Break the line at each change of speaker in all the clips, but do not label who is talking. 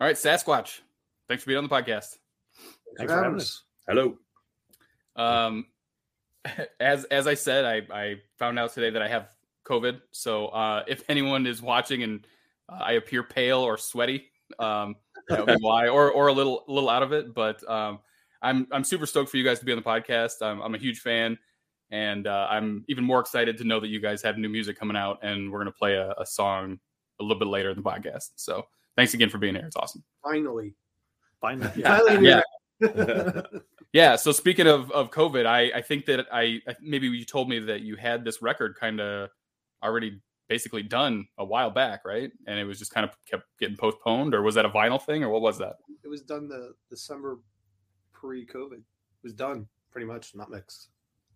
All right, Sasquatch. Thanks for being on the podcast.
Thanks for having us. Hello.
Um, as as I said, I I found out today that I have COVID. So uh, if anyone is watching and uh, I appear pale or sweaty, um, that would be why, or or a little little out of it. But um, I'm I'm super stoked for you guys to be on the podcast. I'm I'm a huge fan, and uh, I'm even more excited to know that you guys have new music coming out, and we're gonna play a, a song a little bit later in the podcast. So thanks again for being here. It's awesome.
Finally.
Finally.
Finally.
Yeah.
Yeah.
Yeah. So speaking of of COVID, I I think that I I- maybe you told me that you had this record kind of already basically done a while back, right? And it was just kind of kept getting postponed, or was that a vinyl thing, or what was that?
it was done the, the summer pre-COVID. It was done pretty much, not mixed.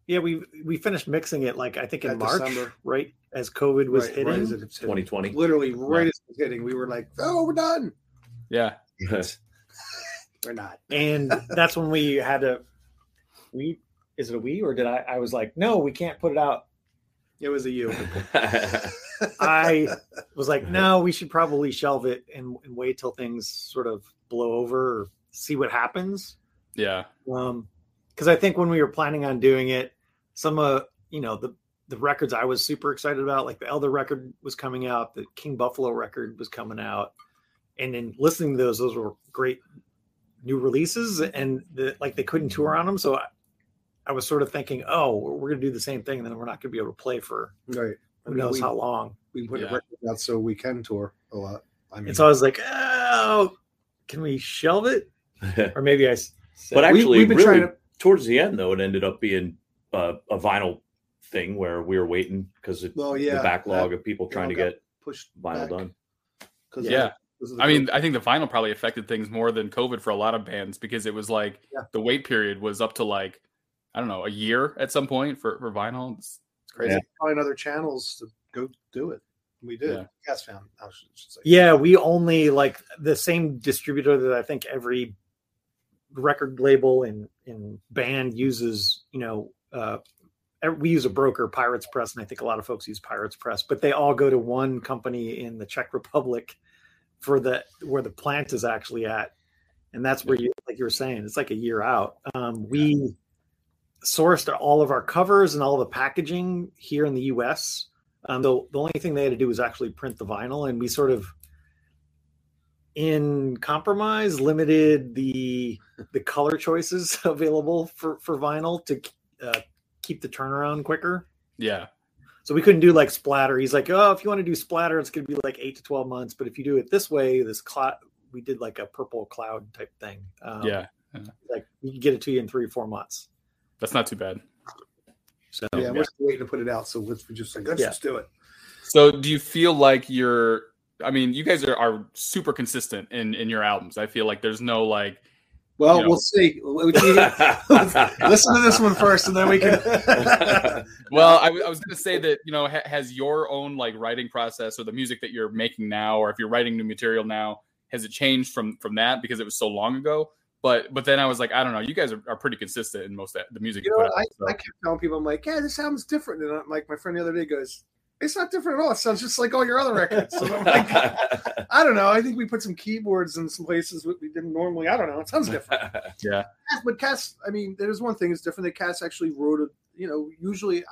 Yeah, we we finished mixing it like I think in
At
March,
December.
right as COVID was
Right, right
hitting.
as it was hitting.
2020.
Literally right as it was hitting, we were like, "Oh, we're done."
Yeah.
We're not.
and that's when we had to we is it a we or did I I was like, no, we can't put it out.
It was a you.
I was like, no, we should probably shelve it and, and wait till things sort of blow over or see what happens.
Yeah.
Um because I think when we were planning on doing it, some uh you know the the records I was super excited about, like the Elder record was coming out, the King Buffalo record was coming out, and then listening to those, those were great new releases, and the, like they couldn't tour on them, so I, I was sort of thinking, oh, we're gonna do the same thing, and then we're not gonna be able to play for
right. I
who
mean,
knows
we,
how long.
we put
Yeah.
a record out so we can tour a lot. I mean,
And so I was like, oh, can we shelve it? Or maybe I s-
but
We-
actually,
we've been
really,
trying to-
towards the end though, it ended up being uh, a vinyl thing where we were waiting because
Well, yeah,
the backlog
that
of people trying to
got
get
pushed
vinyl
back
done.
'cause of-
Yeah.
'cause of the
I mean, I think the vinyl probably affected things more than COVID for a lot of bands because it was like
Yeah.
the wait period was up to like I don't know a year at some point for for vinyl. It's, it's crazy.
We find other channels to go do it. We did.
Yeah.
Gas found. I should, should say.
Yeah, we only like the same distributor that I think every record label and and band uses. You know, uh, ev- we use a broker, Pirates Press, and I think a lot of folks use Pirates Press, but they all go to one company in the Czech Republic for the where the plant is actually at, and that's where you like you were saying it's like a year out. Um, we sourced all of our covers and all the packaging here in the U.S. Um, the, the only thing they had to do was actually print the vinyl, and we sort of, in compromise, limited the the color choices available for for vinyl to uh, keep the turnaround quicker.
Yeah.
So we couldn't do like splatter. He's like, oh, if you want to do splatter, it's going to be like eight to twelve months. But if you do it this way, this cloud, we did like a purple cloud type thing. Um,
yeah.
like we can get it to you in three or four months.
That's not too bad.
So
Yeah,
Yeah.
we're still waiting to put it out, so let's we just like let's
Yeah.
just do it.
So do you feel like you're I mean, you guys are, are super consistent in in your albums. I feel like there's no like
Well,
You know.
we'll see. Listen to this one first, and then we can.
well, I, w- I was going to say that, you know, ha- has your own like writing process or the music that you're making now or if you're writing new material now, has it changed from from that because it was so long ago? But but then I was like, I don't know, you guys are, are pretty consistent in most of the music
you
you,
know,
put out.
I,
so-
I kept telling people, I'm like, yeah, this album's different. And I'm like, my friend the other day goes, it's not different at all. It sounds just like all your other records. So I'm like, I don't know. I think we put some keyboards in some places that we didn't normally. I don't know. It sounds different. Cass- but Cass, I mean, there's one thing is different that Cass actually wrote a, you know, usually I,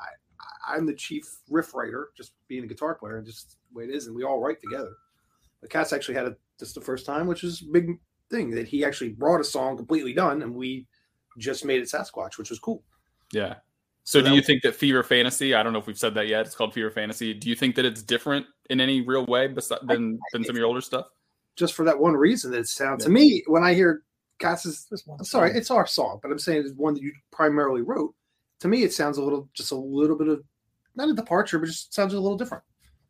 I- I'm the chief riff writer, just being a guitar player and just the way it is. And we all write together. But Cass actually had it just the first time, which is a big thing that he actually brought a song completely done and we just made it Sasquatch, which was cool.
yeah. So
So
do
that-
you think that Fever Fantasy, I don't know if we've said that yet, it's called Fever Fantasy. Do you think that it's different in any real way besi- than than some of your older stuff?
just for that one reason that it sounds to me when I hear Cass's
Just one
I'm sorry,
song.
it's our song, but I'm saying it's one that you primarily wrote. To me, it sounds a little just a little bit of not a departure, but just sounds a little different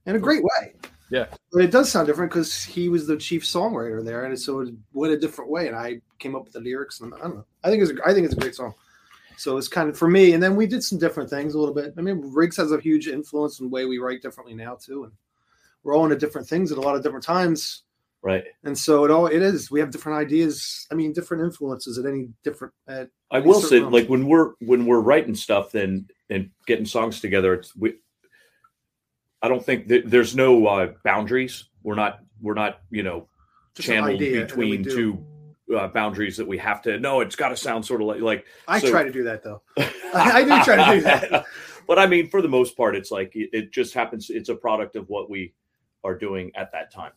in a great way.
Yeah.
But it does sound different because he was the chief songwriter there, and so it went a different way. And I came up with the lyrics, and I don't know. I think it's a, I think it's a great song. So it's kind of for me. And then we did some different things a little bit. I mean, Riggs has a huge influence in the way we write differently now too, and we're all into different things at a lot of different times
right.
and so it all it is we have different ideas i mean different influences at any different at
I
It's
will
so
say,
wrong.
like when we're when we're writing stuff, then and getting songs together, it's we. I don't think th- there's no uh, boundaries. We're not we're not you know
Just an
channeled
idea, and then we
between
do.
two uh, boundaries that we have to. No, it's got to sound sort of like like.
I
So-
try to do that though. I do try to do that.
but I mean, for the most part, it's like it, it just happens. It's a product of what we are doing at that time.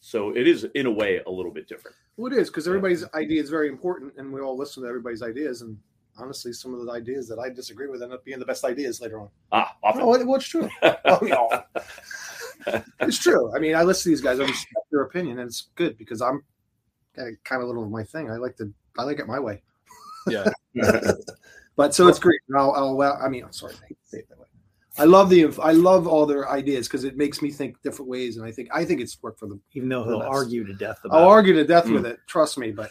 So it is, in a way, a little bit different.
Well, it is because everybody's idea is very important, and we all listen to everybody's ideas. And honestly, some of the ideas that I disagree with end up being the best ideas later on.
Ah, often.
No, it, well, it's true. Oh, yeah. it's true. I mean, I listen to these guys. I respect their opinion, and it's good because I'm kind of a little of my thing. I like to. I like it my way.
Yeah.
But so it's great. And I'll, I'll, i mean, I'm sorry, I say it that way. I love the, I love all their ideas because it makes me think different ways, and I think, I think it's worked for them.
even though he'll
Yes.
argue to death about
I'll
it.
argue to death with
Mm.
it. Trust me, but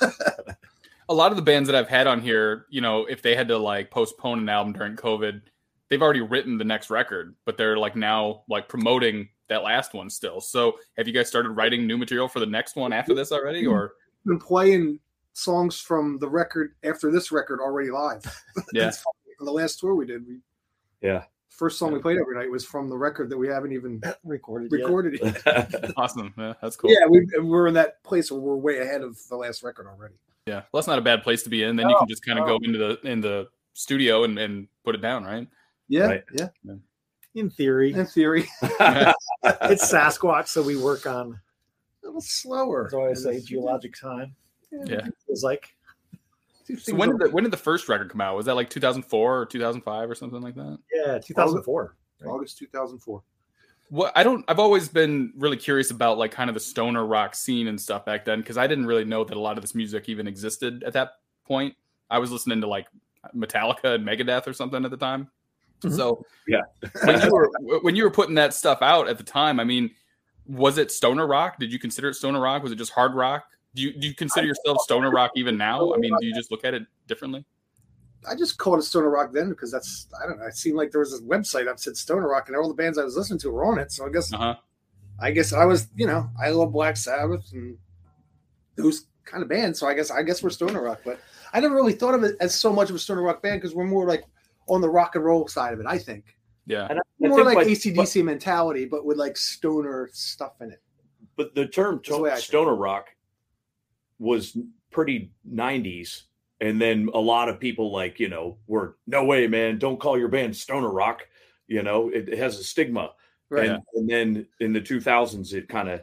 a lot of the bands that I've had on here, you know, if they had to like postpone an album during COVID, they've already written the next record, but they're like now like promoting that last one still. So have you guys started writing new material for the next one after this already? Or
I've been playing songs from the record after this record already live.
yeah,
It's funny. On the last tour we did, we
Yeah.
first song we played every night was from the record that we haven't even
recorded. yet.
recorded. yet.
awesome. Yeah, that's cool.
Yeah, we, we're in that place where we're way ahead of the last record already.
Yeah. Well, that's not a bad place to be in. Then you
No,
can just kind of
Oh, no.
go into the in the studio and, and put it down, right?
Yeah,
Right.
yeah.
in theory.
In theory,
It's Sasquatch, so we work on.
a little slower.
That's why I say geologic time.
Yeah.
It's like
So when did the when did the first record come out? Was that like 2004 or 2005 or something like that?
yeah, 2004. right?
August 2004.
Well, I don't. I've always been really curious about like kind of the stoner rock scene and stuff back then because I didn't really know that a lot of this music even existed at that point. I was listening to like Metallica and Megadeth or something at the time.
Mhm.
So
Mm-hmm. Yeah.
when you were when you were putting that stuff out at the time, I mean, was it stoner rock? Did you consider it stoner rock? Was it just hard rock? Do you do you consider yourself stoner rock even now? I mean, do you just look at it differently?
I just called it Stoner Rock then because that's I don't know. It seemed like there was this website that said Stoner Rock, and all the bands I was listening to were on it. So I guess
Uh huh.
I guess I was you know I love Black Sabbath and those kind of bands. So I guess I guess we're Stoner Rock, but I never really thought of it as so much of a Stoner Rock band because we're more like on the rock and roll side of it. I think
Yeah.
And I- I
more
think
like
by-
ACDC mentality, but with like stoner stuff in it.
But the term
the way I
to-
think.
stoner rock was pretty 90s. And then a lot of people, like, you know, were no way, man, don't call your band stoner rock. You know, it, it has a stigma.
Right.
And, and then in the 2000s, it kind of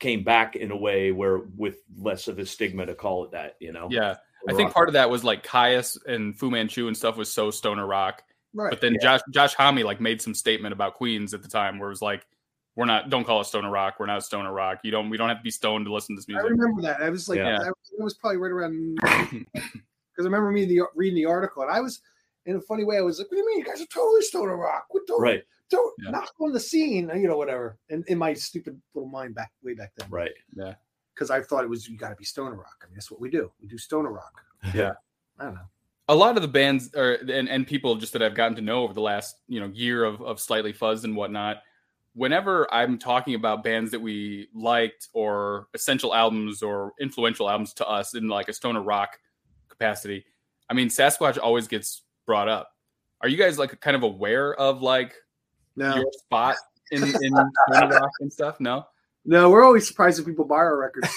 came back in a way where with less of a stigma to call it that, you know?
Yeah. I think part of that was like Caius and Fu Manchu and stuff was so stoner rock.
Right.
But then Josh Josh Homme like made some statement about Queens at the time where it was like, "We're not don't call us stoner rock. We're not stoner rock. You don't we don't have to be stoned to listen to this
I
music."
remember that. I was like,
Yeah.
I, it was probably right around because I remember me the, reading the article, and I was in a funny way. I was like, "What do you mean? You guys are totally stoner rock. What don't
Right,
don't
Yeah.
knock on the scene? You know, whatever." And in my stupid little mind back way back then,
right.
because I thought it was you got to be stoner rock. I mean, that's what we do. We do stoner rock.
Yeah.
I don't know.
a lot of the bands or and, and people just that I've gotten to know over the last you know year of of slightly fuzzed and whatnot. Whenever I'm talking about bands that we liked or essential albums or influential albums to us in like a stoner rock capacity, I mean Sasquatch always gets brought up. Are you guys like kind of aware of like
No,
your spot in in stoner rock and stuff? No.
no, we're always surprised when people buy our records.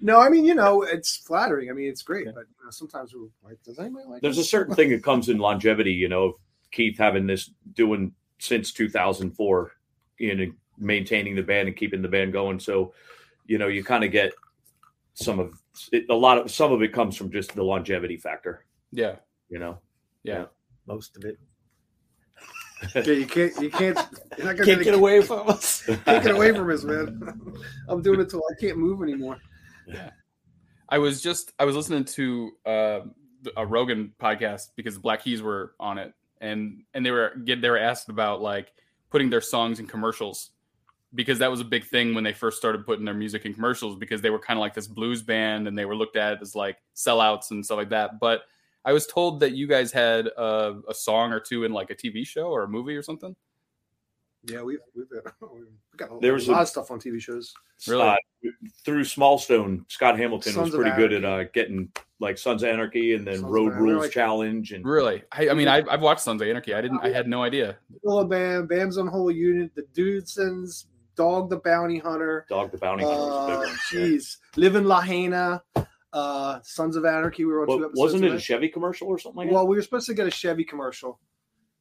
no, I mean, you know, it's flattering. I mean, it's great, but you know, sometimes we're like, "Does anybody like?"
There's a
this?
certain thing that comes in longevity, you know, of Keith having this doing since 2004 and maintaining the band and keeping the band going. So, you know, you kind of get some of it, a lot of some of it comes from just the longevity factor,
Yeah.
you know.
most of it.
Yeah, you can't. You can't. You're not gonna
Can't
get
get away from us.
Take it away from us, man. I'm doing it till I can't move anymore.
I was just I was listening to uh, a Rogan podcast because the Black Keys were on it, and and they were get they were asked about like putting their songs in commercials because that was a big thing when they first started putting their music in commercials because they were kind of like this blues band and they were looked at as like sellouts and stuff like that. But I was told that you guys had a, a song or two in like a TV show or a movie or something.
Yeah, we've we've, been, we've got a
There was
lot
a-
of stuff on TV shows.
Really?
Uh, through Smallstone, Scott Hamilton
Sons
was
of
pretty good at uh, getting like Sons of Anarchy and then
Sons of
Road
Anarchy.
Rules Challenge and
Really? I, I mean, I, I've watched Sons of Anarchy. I didn't. I had no idea.
Little Bam, Bam's on Whole Unit, The Dudesons, Dog the Bounty Hunter.
Dog the Bounty Hunter was a big
Uh,
one. Yeah.
Jeez, Live in Lahaina, uh, Sons of Anarchy. We were on two
Well,
episodes.
wasn't
of
it a Chevy commercial or something like
Well, we were supposed to get a Chevy commercial,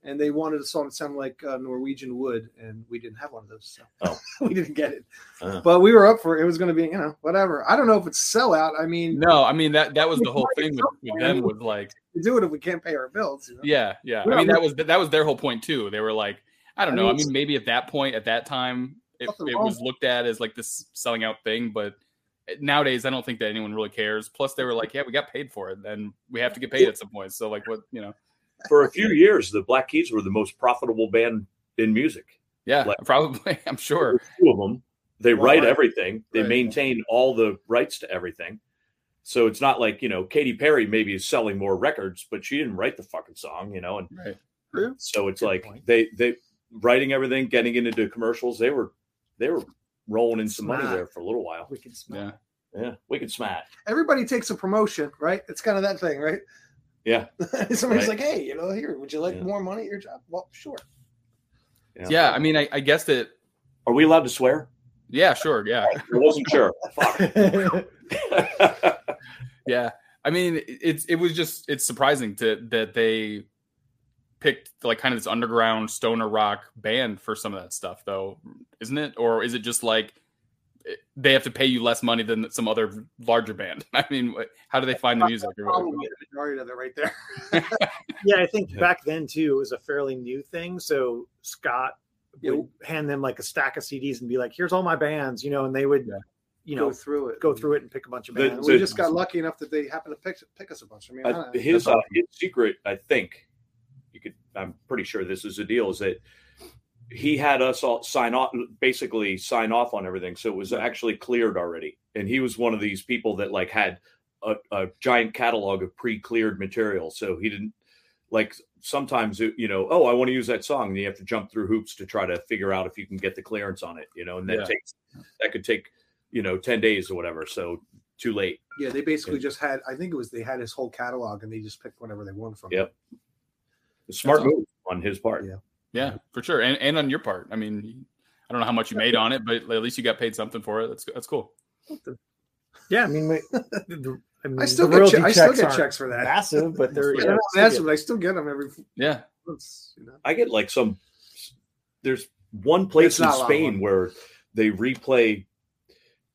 and they wanted a song that sounded like uh, Norwegian Wood, and we didn't have one of those, so
Oh.
we didn't get it.
Oh.
But we were up for it. It was going to be, you know, whatever. I don't know if it's sellout. I mean,
No, I mean that that was the whole thing with, with them was like,
we do it if we can't pay our bills. You know?
yeah, yeah. I mean that was that was their whole point too. They were like, I don't know. I mean, maybe at that point, at that time, it,
Nothing
it
wrong.
was looked at as like this selling out thing, but nowadays I don't think that anyone really cares. Plus, they were like, yeah, we got paid for it, and we have to get paid at some point. So like, what you know?
that? For a few years, the Black Keys were the most profitable band in music.
Yeah,
Like-
probably. I'm sure.
There's two of them. They
Well,
write
right.
everything. They
Right.
maintain all the rights to everything. So it's not like you know Katy Perry maybe is selling more records, but she didn't write the fucking song, you know. And
Right.
True.
so it's
Good
like
point.
they they writing everything, getting into commercials. They were they were rolling in some money
Smart.
there for a little while.
We can smell.
Yeah.
Yeah, we could smash.
Everybody takes a promotion, right? It's kind of that thing, right?
Yeah. Right.
Somebody's like, hey, you know, here, would you like
Yeah.
more money at your job? Well, sure.
Yeah. I mean, I, I guess that.
Are we allowed to swear?
Yeah. Sure. Yeah.
I wasn't sure. Fuck.
Yeah, I mean, it's it was just it's surprising to that they picked like kind of this underground stoner rock band for some of that stuff, though, isn't it? Or is it just like it- they have to pay you less money than some other larger band? I mean, wh- how do they find the music? or what-
Probably the majority of it right there.
Yeah, I think
Yeah.
back then too it was a fairly new thing. So Scott would hand them like a stack of CDs and be like, "Here's all my bands," you know, and they would,
Yeah.
you know,
go through it.
go through it and pick a bunch of
The-
bands.
we
the-
just got lucky enough that they happened to pick, pick us a bunch. I mean, I
Uh,
don't know.
his
That's all.
uh, his secret, I think, you could. I'm pretty sure this is the deal. Is that he had us all sign off, basically sign off on everything, so it was actually cleared already. And he was one of these people that like had a, a giant catalog of pre-cleared material, so he didn't like. Sometimes it- you know, oh, I want to use that song, and you have to jump through hoops to try to figure out if you can get the clearance on it, you know, and that
Yeah.
takes that could take you know ten days or whatever. So too late.
Yeah, they basically
Yeah.
just had. I think it was they had his whole catalog, and they just picked whatever they wanted from. it.
Yep. Smart
awesome.
move on his part.
Yeah.
Yeah, for sure, and and on your part, I mean, I don't know how much you made on it, but at least you got paid something for it. That's that's cool.
yeah, I mean, the- the- I, mean,
I still
the
get.
royalty
Che- I still
checks
get
aren't
checks for that.
massive, but they're
I
you
don't
know,
know,
still
that's
get-
what I still get them every.
Yeah,
Month, you know?
I get like some. There's one place
It's
in
not a lot of
Spain
money.
where they replay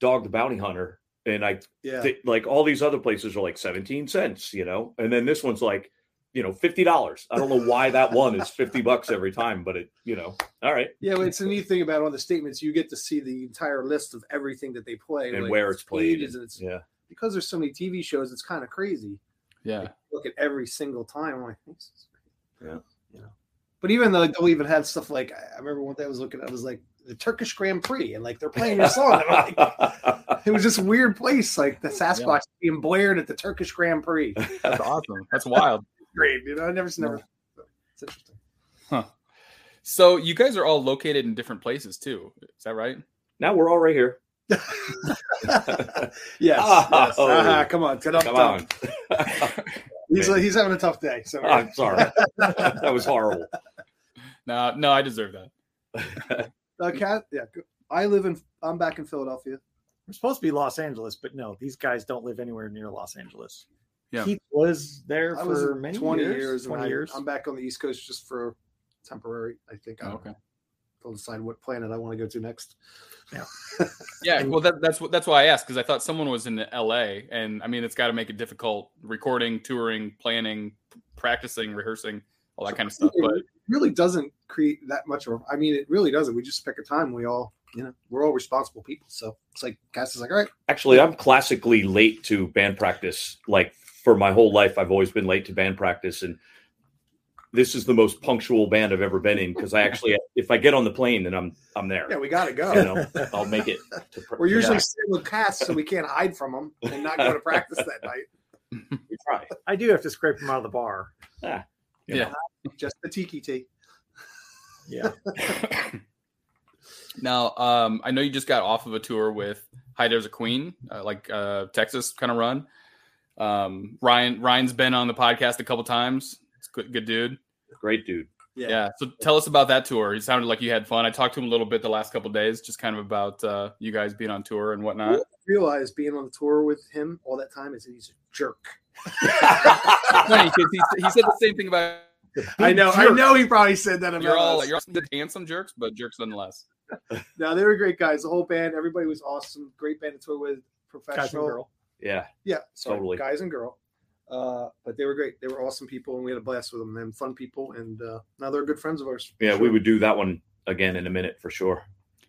Dog the Bounty Hunter, and I
Yeah,
thi- like all these other places are like 17 cents, you know, and then this one's like, you know, fifty dollars. I don't know why that one is fifty bucks every time, but it, you know, all right,
yeah. Well, it's a neat thing about all the statements. You get to see the entire list of everything that they play
and
like,
where it's played,
ages,
and-
and it's
yeah,
because there's so many TV shows. It's kind of crazy.
yeah,
Look at every single time. I'm like, this is great.
Yeah.
you know. But even though they'll even have stuff like I remember one day I was looking at was like the Turkish Grand Prix, and like they're playing this song. And I'm like, it was just a weird place, like the Sasquatch being blared at the Turkish Grand Prix.
that's awesome. That's wild.
Great, you know, I never, never. It's interesting.
So you guys are all located in different places too. Is that right?
now we're all right here.
Yes,
Oh.
yes. Uh-huh, come on, get up,
Come
Tom.
on,
He's he's having a tough day. So
I'm sorry, that was horrible.
No, no, I deserve that.
uh, Kat, yeah, go- I live in. I'm back in Philadelphia.
We're supposed to be Los Angeles, but no, these guys don't live anywhere near Los Angeles.
Yeah.
Keith was there
I
for
was
many
20 years.
years,
and
twenty
I-
years.
I'm back on the East Coast just for temporary. I think I'll,
Oh, okay.
I'll decide what planet I want to go to next.
Yeah,
And-
well, that, that's what that's why I asked because I thought someone was in L.A. and I mean, it's got to make it difficult recording, touring, planning, practicing, rehearsing, all that kind of stuff. But
really doesn't create that much of I mean it really doesn't. We just pick a time. We all you know, we're all responsible people. So it's like Cass is like, all right,
Actually, I'm classically late to band practice. Like for my whole life, I've always been late to band practice, and this is the most punctual band I've ever been in because I actually, if I get on the plane, then I'm I'm there.
yeah, we gotta go.
You know, I'll make it. To pr-
We're usually
Yeah,
still with Cass, so we can't hide from them and not go to practice that night.
we try.
I do have to scrape them out of the bar.
you
yeah,
Just the tiki tea.
Yeah,
now um, I know you just got off of a tour with Hi There's a Queen, uh, like uh, Texas kind of run. Um, Ryan Ryan's been on the podcast a couple times. It's good, good dude.
Great dude.
Yeah. So tell us about that tour. You sounded like you had fun. I talked to him a little bit the last couple days, just kind of about uh, you guys being on tour and whatnot.
What I realized being on the tour with him all that time is that he's a jerk.
Funny, 'cause he, he said the same thing about
I know. I know he probably said that about
you're all
us.
you're all handsome jerks, but jerks nonetheless.
No, they were great guys. The whole band, everybody was awesome. Great band to tour with. Professional.
Guys and girl.
yeah.
Yeah, sorry,
Totally.
guys and girl. Uh, but they were great. They were awesome people, and we had a blast with them. And fun people, and uh, now they're good friends of ours.
Yeah. We would do that one again in a minute for sure.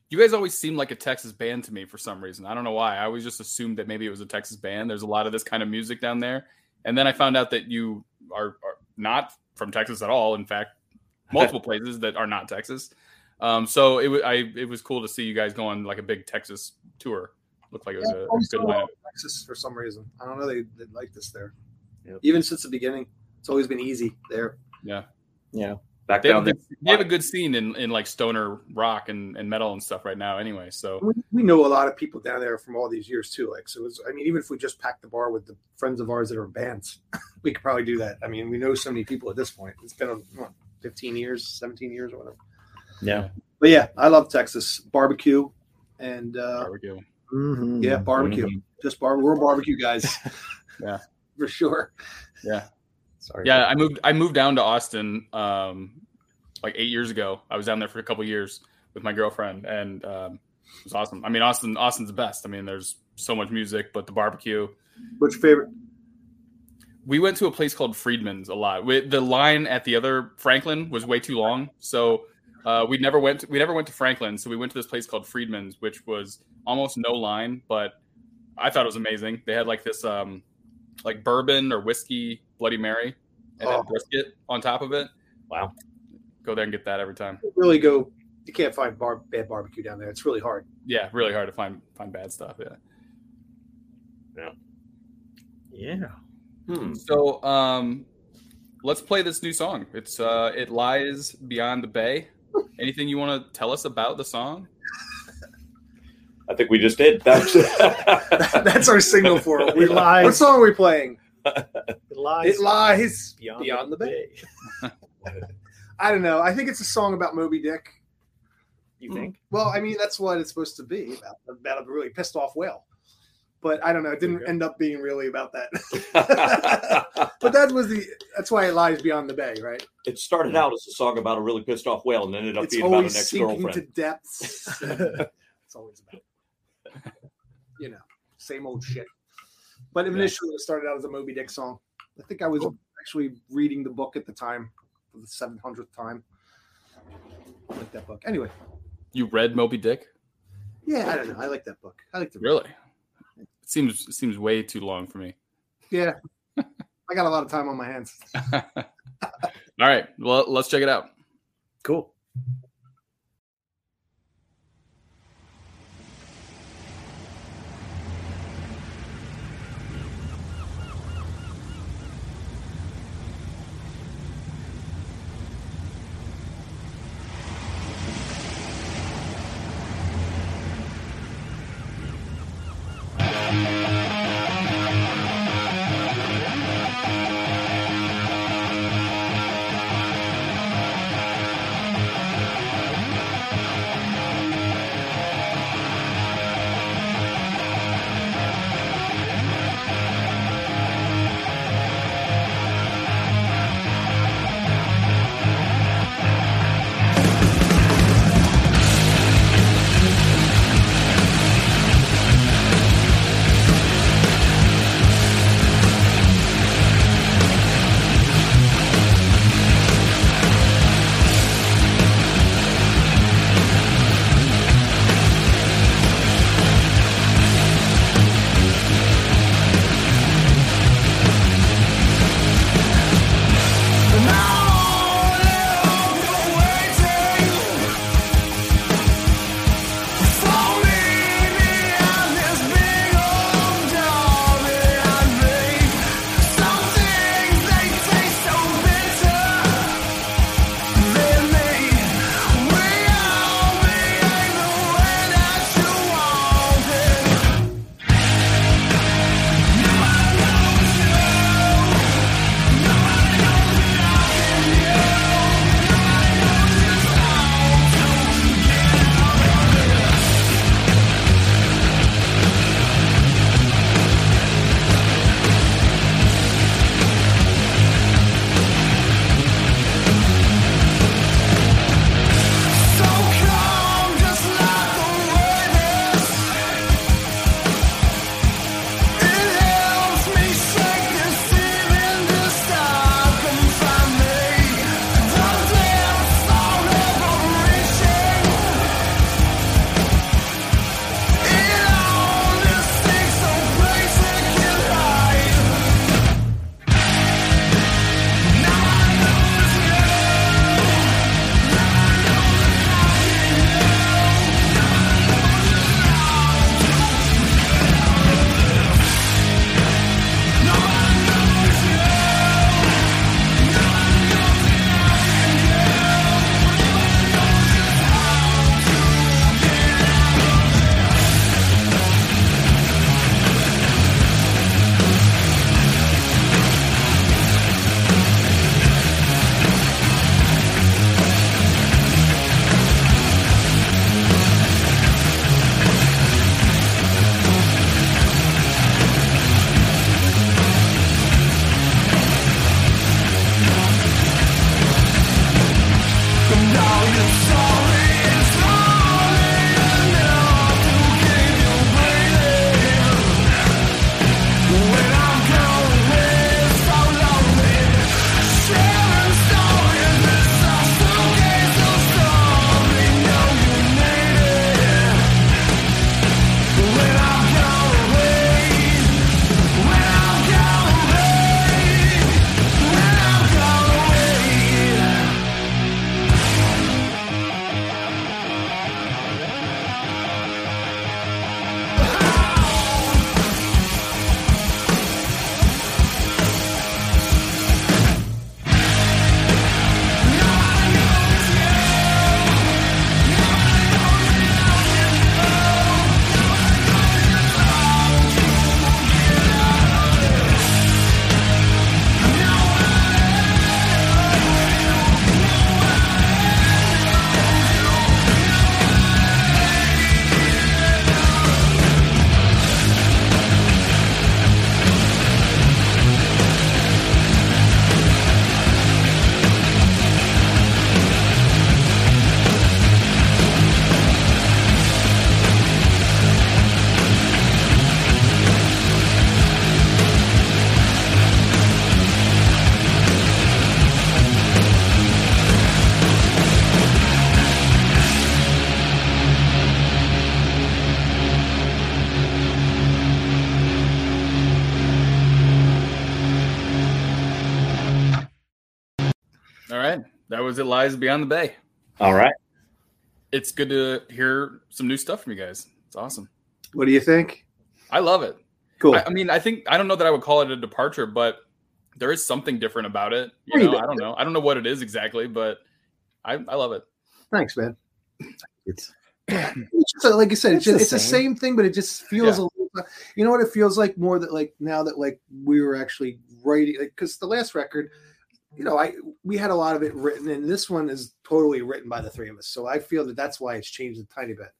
You guys always seem like a Texas band to me for some reason. I don't know why. I always just assumed that maybe it was a Texas band. There's a lot of this kind of music down there. And then I found out that you are, are not from Texas at all. In fact, multiple places that are not Texas. Um, so it, wa- I, it was cool to see you guys go on like a big Texas tour. Looked like it was a,
always
good
so well
lineup.
in Texas for some reason. I don't know. They, they liked us there,
Yep.
even since the beginning. It's always been easy there.
Yeah.
Back
They have, a
down there.
good, they have a good scene in, in like stoner rock and, and metal and stuff right now. Anyway, so
We, we know a lot of people down there from all these years too. Like so, it's, I mean, even if we just packed the bar with the friends of ours that are in bands, we could probably do that. I mean, we know so many people at this point. It's been what, 15 years, 17 years, or whatever.
Yeah.
But yeah, I love Texas barbecue, and uh,
barbecue.
Mhm.
Yeah, barbecue.
Mhm.
Just bar. We're barbecue guys.
Yeah.
for sure.
Yeah.
Sorry.
Yeah, I moved. I moved down to Austin um, like eight years ago. I was down there for a couple years with my girlfriend, and um, it was awesome. I mean, Austin, Austin's the best. I mean, there's so much music, but the barbecue.
What's your favorite?
We went to a place called Friedman's a lot. We, the line at the other Franklin was way too long, so uh, we never went. To, we never went to Franklin, so we went to this place called Friedman's, which was almost no line, but I thought it was amazing. They had like this, um, like bourbon or whiskey Bloody Mary, and then
Oh.
brisket on top of it.
Wow.
Go there and get that every time.
You Really go. You can't find bar bad barbecue down there. It's really hard.
Yeah, really hard to find find bad stuff. Yeah.
Yeah.
Hmm.
Mm. So, um, let's play this new song. It's uh, it lies beyond the bay. Anything you want to tell us about the song?
I think we just did. That was-
That's our signal for it. We
It lies.
What song are we playing?
It lies.
It lies
beyond,
beyond
the
the bay.
bay.
I don't know. I think it's a song about Moby Dick.
You think?
Well, I mean, that's what it's supposed to be about, about a really pissed off whale. But I don't know. It
There you
didn't
go.
end up being really about that. but that was the. That's why it lies beyond the bay, right?
it started out as a song about a really pissed off whale and ended up
it's
being about an
always
ex
sinking to
girlfriend.
depths. it's always about, you know, same old shit. But initially, it started out as a Moby Dick song. I think I was actually reading the book at the time for the seven hundredth time. I like that book. Anyway,
You read Moby Dick?
yeah, I don't know. I like that book. I like the
Really? It seems it seems way too long for me.
yeah. I got a lot of time on my hands.
All right. Well, let's check it out.
Cool.
Thank
All right. That was It Lies Beyond the Bay.
All right.
It's good to hear some new stuff from you guys. It's awesome.
What do you think?
I love it.
Cool.
I, I mean, I think I don't know that I would call it a departure, but there is something different about it. You
Pretty
know, I don't know. I don't know what it is exactly, but I, I love it.
Thanks, man.
It's
It's just, like you said, it's,
It's the
just, it's the same thing, but it just feels a little. uh, You know what? It feels like more that like now that like we were actually writing because the last record, you know, I we had a lot of it written, and this one is totally written by the three of us. So I feel that that's why it's changed a tiny bit,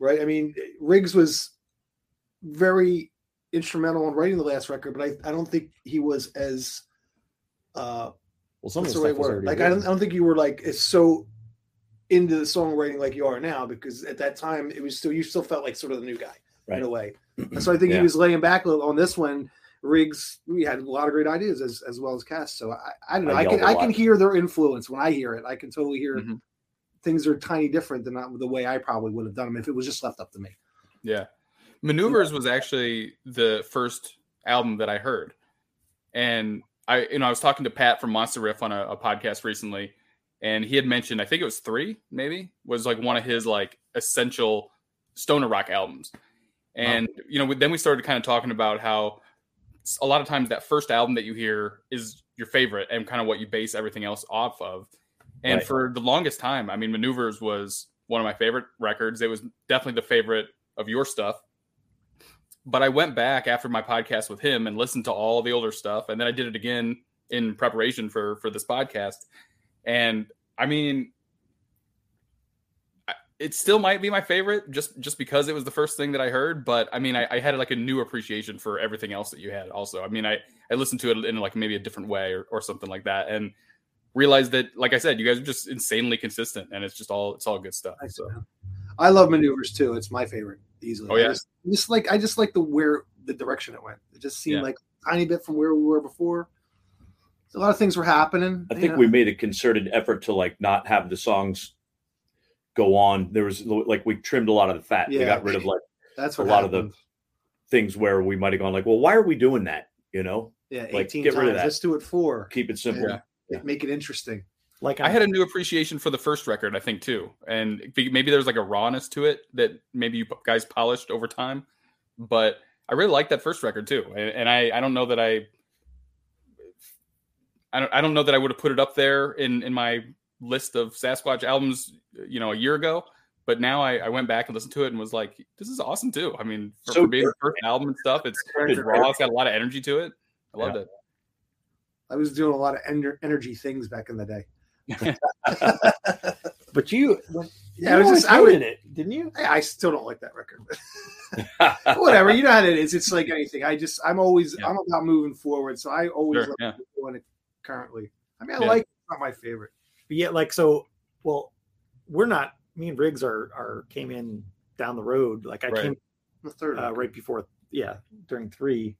right? I mean, Riggs was very instrumental in writing the last record, but I, I don't think he was as uh
Well, some
What's
of the
the right
stuff was
word?
already
Like I don't, I
written.
don't think you were like as so into the songwriting like you are now because at that time it was still you still felt like sort of the new guy in
Right.
a way. So I think he
Yeah.
was laying back a little on this one. Riggs, we had a lot of great ideas as as well as Cass. So I, I don't know.
I
I, can
yelled a
I can
lot. Mm-hmm.
hear their influence when I hear it. I can totally hear
Mhm.
things are tiny different than not the way I probably would have done them if it was just left up to me.
Yeah. Maneuvers was actually the first album that I heard. And I you know, I was talking to Pat from Monster Riff on a, a podcast recently, and he had mentioned, I think it was three, maybe, was like one of his like essential stoner rock albums. And you know, then we started kind of talking about how a lot of times that first album that you hear is your favorite and kind of what you base everything else off of. And
Right.
for the longest time, I mean, Maneuvers was one of my favorite records. It was definitely the favorite of your stuff. But I went back after my podcast with him and listened to all the older stuff, and then I did it again in preparation for for this podcast. And I mean, I- it still might be my favorite just just because it was the first thing that I heard. But I mean, I, I had like a new appreciation for everything else that you had. Also, I mean, I I listened to it in like maybe a different way or, or something like that, and realized that, like I said, you guys are just insanely consistent, and it's just all it's all good stuff.
I
So
I love maneuvers too. It's my favorite easily.
Oh, yeah.
I just, just like I just like the where the direction it went. It just seemed
Yeah.
like a tiny bit from where we were before. A lot of things were happening.
I
you
think
know.
we made a concerted effort to like not have the songs go on. There was like we trimmed a lot of the fat. We
Yeah.
got rid of like
that's
a
what
lot of the
happened.
things where we might have gone like, well, why are we doing that? You know,
yeah
like,
eighteen
get
times.
rid of that.
Let's do it four.
keep it simple.
Yeah.
Yeah.
Make it interesting.
like
I had a new appreciation for the first record, I think too, and be- maybe there's like a rawness to it that maybe you guys polished over time. But I really like that first record too, and, and I I don't know that I I don't I don't know that I would have put it up there in in my list of Sasquatch albums, you know, a year ago. But now I, I went back and listened to it and was like, this is awesome too. I mean, for,
So
for being the first album and stuff, it's, it's raw. It's got a lot of energy to it. I loved it.
I was doing a lot of ener- energy things back in the day.
but you,
Yeah, I was just I
was
would
in it, didn't you?
I I still don't like that record. Whatever, you know how it is. It's like anything. I just I'm always
Yeah.
I'm about moving forward, so I always
Sure,
love
yeah.
doing it currently. I mean, I
Yeah.
like it, it's not my favorite.
But yeah, like so. Well, we're not. Me and Riggs are are came in down the road. Like I
Right.
came
The third
uh,
one.
right before, yeah, during three.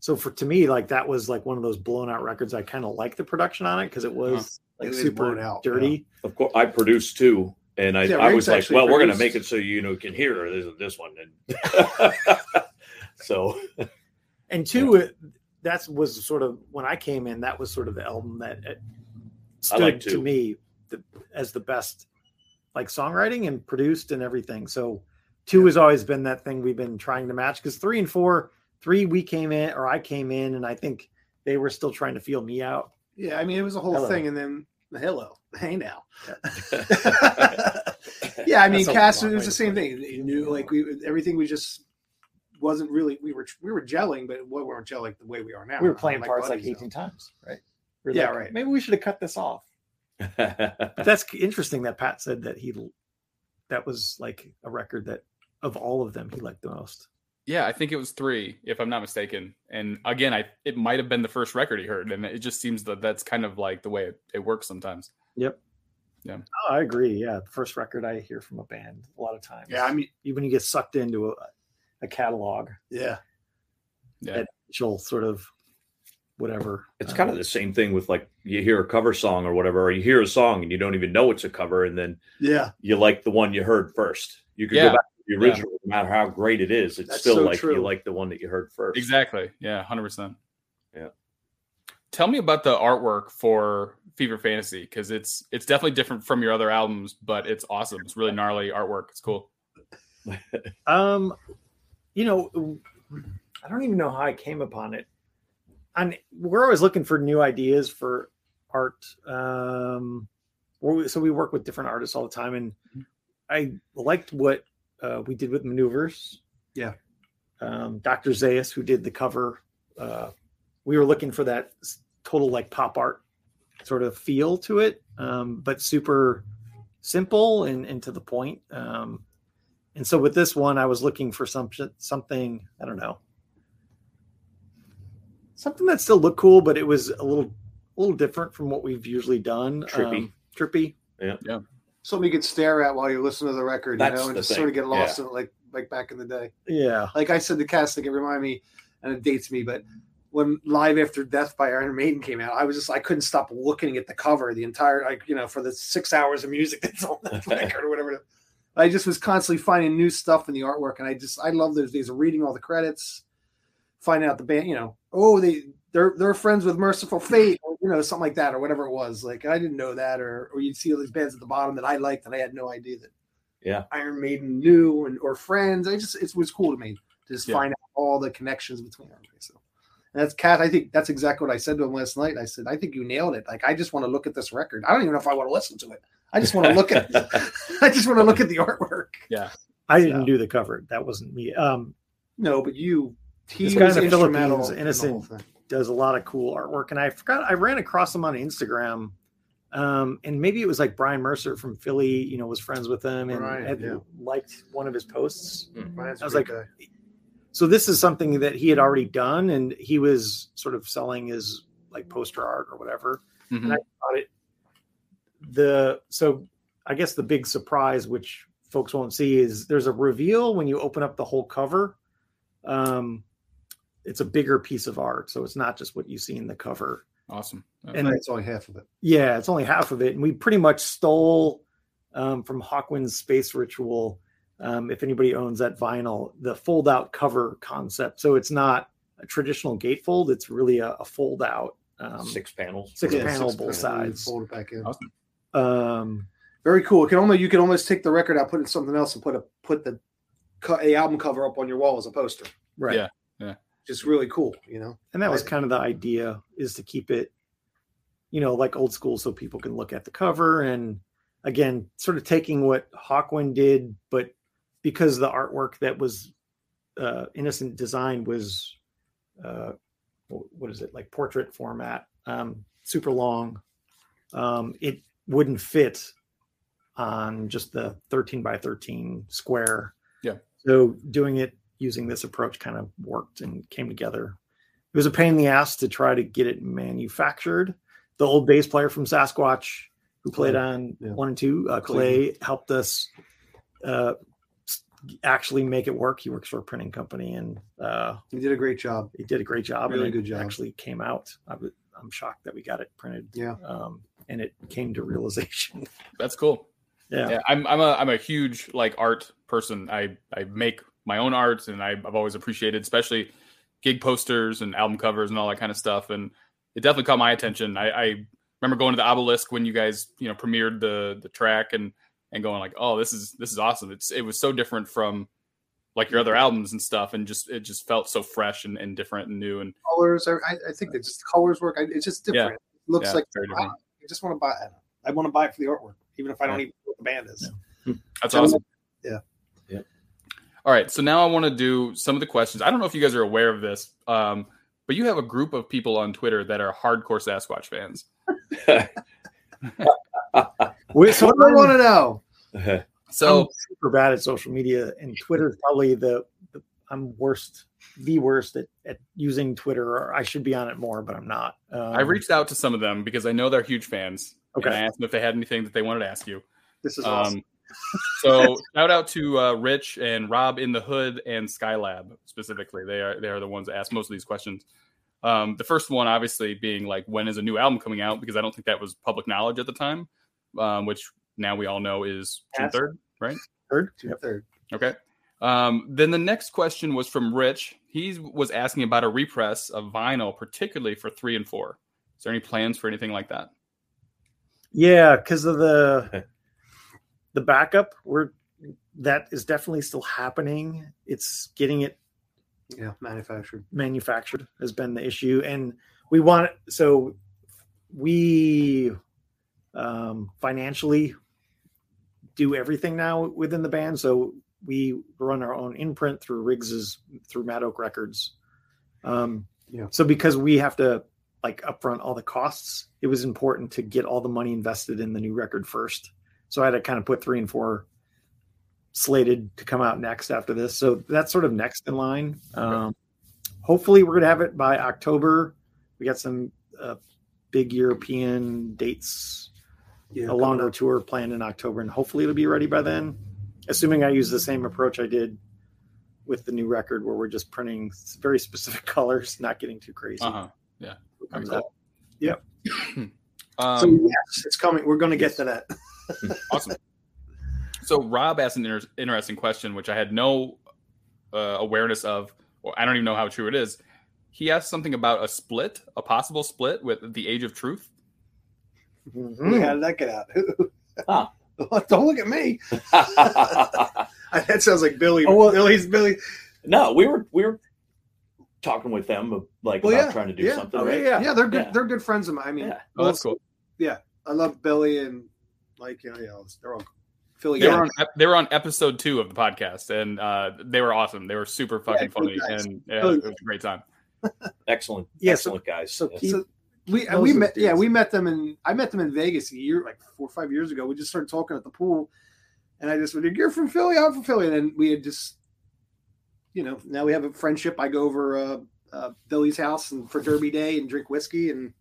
So for to me, like that was like one of those blown out records. I kind of like the production on it because Uh-huh. it was
It
like
was
super
blown out,
dirty.
Of course, I produced too, and I,
Yeah,
I
Riggs
was like,
actually
well, we're gonna make
produced.
it so you know can hear this this one, and so
And two, it, that was sort of when I came in. That was sort of the album that it stood
like
to
two.
me the, as the best, like songwriting and produced and everything. So two has always been that thing we've been trying to match because three and four, three we came in or I came in, and I think they were still trying to feel me out.
Yeah, I mean, it was a whole
Hello.
thing, and then hello, hey now. yeah, I mean,
That's a
Cass,
long
it was the
way to
same
put
thing. You knew, like we everything was just wasn't really we were we were gelling, but we weren't gelling the way we are now.
we were playing
My
parts like
buddies, though.
18 times, right? We're
Yeah,
like,
right.
Maybe we should have cut this off. But that's interesting that Pat said that he that was like a record that of all of them he liked the most.
Yeah, I think it was three, if I'm not mistaken. And again, I it might have been the first record he heard, and it just seems that that's kind of like the way it, it works sometimes.
Oh, I agree. Yeah, the first record I hear from a band a lot of times.
Yeah, I mean,
even when you get sucked into a, a catalog,
yeah,
you'll sort of whatever.
it's kind of the same thing with like you hear a cover song or whatever, or you hear a song and you don't even know it's a cover, and then
yeah.
you like the one you heard first. You could
Yeah.
go back to the
Yeah.
original, no matter how great it is. It's
That's
still
so
like
true.
you like the one that you heard first.
Exactly. Yeah, hundred percent.
Yeah.
tell me about the artwork for Fever Fantasy because it's it's definitely different from your other albums, but it's awesome. It's really gnarly artwork. It's cool.
Um, you know, I don't even know how I came upon it. And we're always looking for new ideas for art. Um, we- so we work with different artists all the time, and I liked what uh, we did with Maneuvers.
Yeah.
Um, Dr. Zayas, who did the cover, uh, we were looking for that s- total like pop art sort of feel to it, um, but super simple and, and to the point. Um, and so with this one, I was looking for some something I don't know, something that still looked cool, but it was a little a little different from what we've usually done. Um,
Trippy.
trippy.
Something you could stare at while you listen to the record,
That's
you know, and
the
just
thing.
sort of get lost in it, like like back in the day.
Yeah.
Like I said to Cass, like it reminded me, and it dates me, but when Live After Death by Iron Maiden came out, I was just I couldn't stop looking at the cover the entire like you know for the six hours of music that's on that record or whatever. I just was constantly finding new stuff in the artwork, and I just I love those days of reading all the credits, finding out the band, you know, oh they they're they're friends with Merciful Fate, or you know something like that, or whatever it was. Like I didn't know that, or or you'd see all these bands at the bottom that I liked, and I had no idea that
Yeah.
Iron Maiden knew and or friends. I just it was cool to me to just
Yeah.
find out all the connections between them. So and that's Kat. I think that's exactly what I said to him last night. I said, I think you nailed it. Like I just want to look at this record. I don't even know if I want to listen to it. I just want to look at. I just want to look at the artwork.
I didn't
So-
do the cover. That wasn't me. Um,
No, but you. He
This guy
was
in the
instrumental
Philippines,
in the
innocent.
whole thing.
does a lot of cool artwork, and I forgot I ran across him on Instagram, um, and maybe it was like Brian Mercer from Philly. You know, was friends with him and
Brian,
had
yeah.
liked one of his posts.
Brian's a
I was
great
like,
guy.
so this is something that he had already done and he was sort of selling his like poster art or whatever
Mhm.
and i thought it the so i guess the big surprise which folks won't see is there's a reveal when you open up the whole cover um it's a bigger piece of art so it's not just what you see in the cover
Awesome. Yeah.
and
that's only half of it.
yeah, it's only half of it, and we pretty much stole um, from Hawkwind's Space Ritual. Um, if anybody owns that vinyl, the fold-out cover concept. So it's not a traditional gatefold; it's really a, a fold-out um,
six panels.
six
Yeah,
panel both
panels.
sides.
Fold it back in.
awesome.
Um,
Very cool. It can almost you can almost take the record out, put it in something else, and put a put the co- a album cover up on your wall as a poster.
right,
Yeah, yeah.
Just really cool, you know.
and that was kind of the idea: is to keep it, you know, like old school, so people can look at the cover and again, sort of taking what Hawkwind did, but because the artwork that was uh, innocent design was uh, wh- what is it like portrait format um, super long um, it wouldn't fit on just the 13 by 13 square
Yeah.
so doing it using this approach kind of worked and came together it was a pain in the ass to try to get it manufactured the old bass player from sasquatch who played on
Yeah.
one and two uh,
Clay.
clay helped us uh, s- actually make it work he works for a printing company and uh,
You did a great job.
he did a great job.
Really
and it
good job.
Actually, came out. I was, I'm shocked that we got it printed.
Yeah.
Um, and it came to realization.
That's cool.
yeah.
Yeah, I'm I'm a I'm a huge like art person. I I make my own art, and I, I've always appreciated, especially gig posters and album covers and all that kind of stuff. And it definitely caught my attention. I, I remember going to the obelisk when you guys you know premiered the the track and and going like, oh, this is this is awesome. It's it was so different from like your other albums and stuff, and just it just felt so fresh and, and different and new and
Colors, I, I- I think that just colors work. I, it's just different. It looks
yeah,
like
very
wow,
different.
I just want to buy. It. I want to buy it for the artwork, even if I don't
Yeah.
even know what the band is.
That's
I love-
awesome.
yeah.
Yep.
All right. So now I want to do some of the questions. I don't know if you guys are aware of this, um, but you have a group of people on Twitter that are hardcore Sasquatch fans.
We're, so
What do I want
I'm
to know?
So
super bad at social media, and Twitter's probably the, the I'm worst, the worst at, at using Twitter. Or I should be on it more, but I'm not. Um,
Oh.
I reached out to some of them because I know they're huge fans.
Okay.
And I asked them if they had anything that they wanted to ask you.
This is awesome.
Um, so shout out to uh, Rich and Rob in the Hood and Skylab specifically. They are they are the ones that ask most of these questions. Um, the first one, obviously, being like when is a new album coming out? Because I don't think that was public knowledge at the time, um, which now we all know is June
Yes.
third, right?
Heard?
Two
Yep.
third.
Okay. Um, then the next question was from Rich. He was asking about a repress of vinyl, particularly for three and four. Is there any plans for anything like that?
Yeah, because of the the backup, we're that is definitely still happening. It's getting it
Yeah, manufactured.
manufactured has been the issue, and we want so we um, financially do everything now within the band. So we run our own imprint through Riggs's through Mad Oak Records. Um,
Yeah.
So because we have to like upfront all the costs, it was important to get all the money invested in the new record first. So I had to kind of put three and four slated to come out next after this. So that's sort of next in line. Um, hopefully we're gonna have it by October. We got some uh, big European dates
Yeah,
Oh,
a longer tour planned in October, and hopefully it'll be ready by then. Assuming I use the same approach I did with the new record, where we're just printing s- very specific colors, not getting too crazy.
Uh huh.
What comes
cool.
out.
Um,
so yes, it's coming. We're going to get to that.
awesome. So Rob asked an inter- interesting question, which I had no uh, awareness of, or I don't even know how true it is. He asked something about a split, a possible split with the Age of Truth. Mm-hmm.
Mhm.
How did that get out?
Huh.
Don't look at me. That sounds like Billy.
Oh, well-
Billy's Billy.
no, we were we were talking with them uh, like
Well,
about
yeah,
trying to do
yeah.
something.
Oh,
right?
yeah.
Yeah, they're good.
Yeah.
They're good friends of mine. I mean,
Yeah.
Oh, that's cool.
I love Billy and like you know, you know, they're all Philly.
They
guys.
were on ep- they were on episode two of the podcast, and uh, they were awesome. They were super fucking
Yeah,
funny,
good guys.
and yeah,
Really
it was a great time.
Excellent,
Yeah, so-
excellent guys.
so
Yes.
keep-
So we and
Those
we
are
met
dudes.
yeah we met them in I met them in Vegas a year like four or five years ago. We just started talking at the pool, and I just went, "You're from Philly, I'm from Philly," and then we had just you know now we have a friendship. I go over uh, uh, Billy's house and for Derby Day and drink whiskey and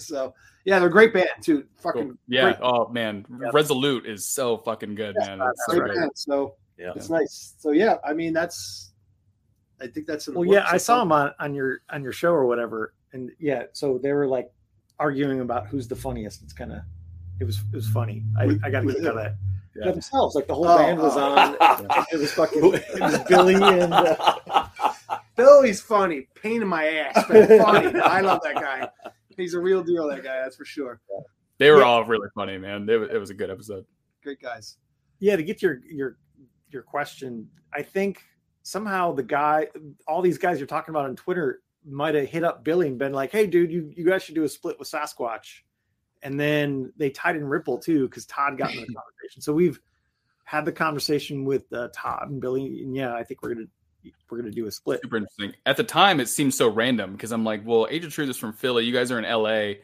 so yeah, they're a great band too.
Cool.
Fucking
Yeah.
great,
Oh man, Resolute is so fucking good, man. It's so
great
great.
band. So
yeah.
it's nice. So yeah, I mean that's I think that's in the
Well, yeah,
works.
I saw them on, on your on your show or whatever, and yeah, so they were like arguing about who's the funniest. It's kind of it was it was funny. I, I got to get out of that.
Yeah.
Themselves, like the whole
Oh,
band was
oh.
on. It was fucking it was Billy and uh,
Billy's funny, pain in my ass, but funny. I love that guy. He's a real deal, that guy. That's for sure.
They were
Yeah.
all really funny, man. It, wa- it was a good episode.
Great guys.
yeah to get your your your question i think somehow the guy all these guys you're talking about on twitter might have hit up billy and been like hey dude you, you guys should do a split with sasquatch and then they tied in ripple too because todd got in the conversation so we've had the conversation with uh, todd and billy and yeah i think we're gonna we're gonna do a split
Super interesting. At the time, it seemed so random because I'm like, well, Age of Truth is from Philly. You guys are in LA.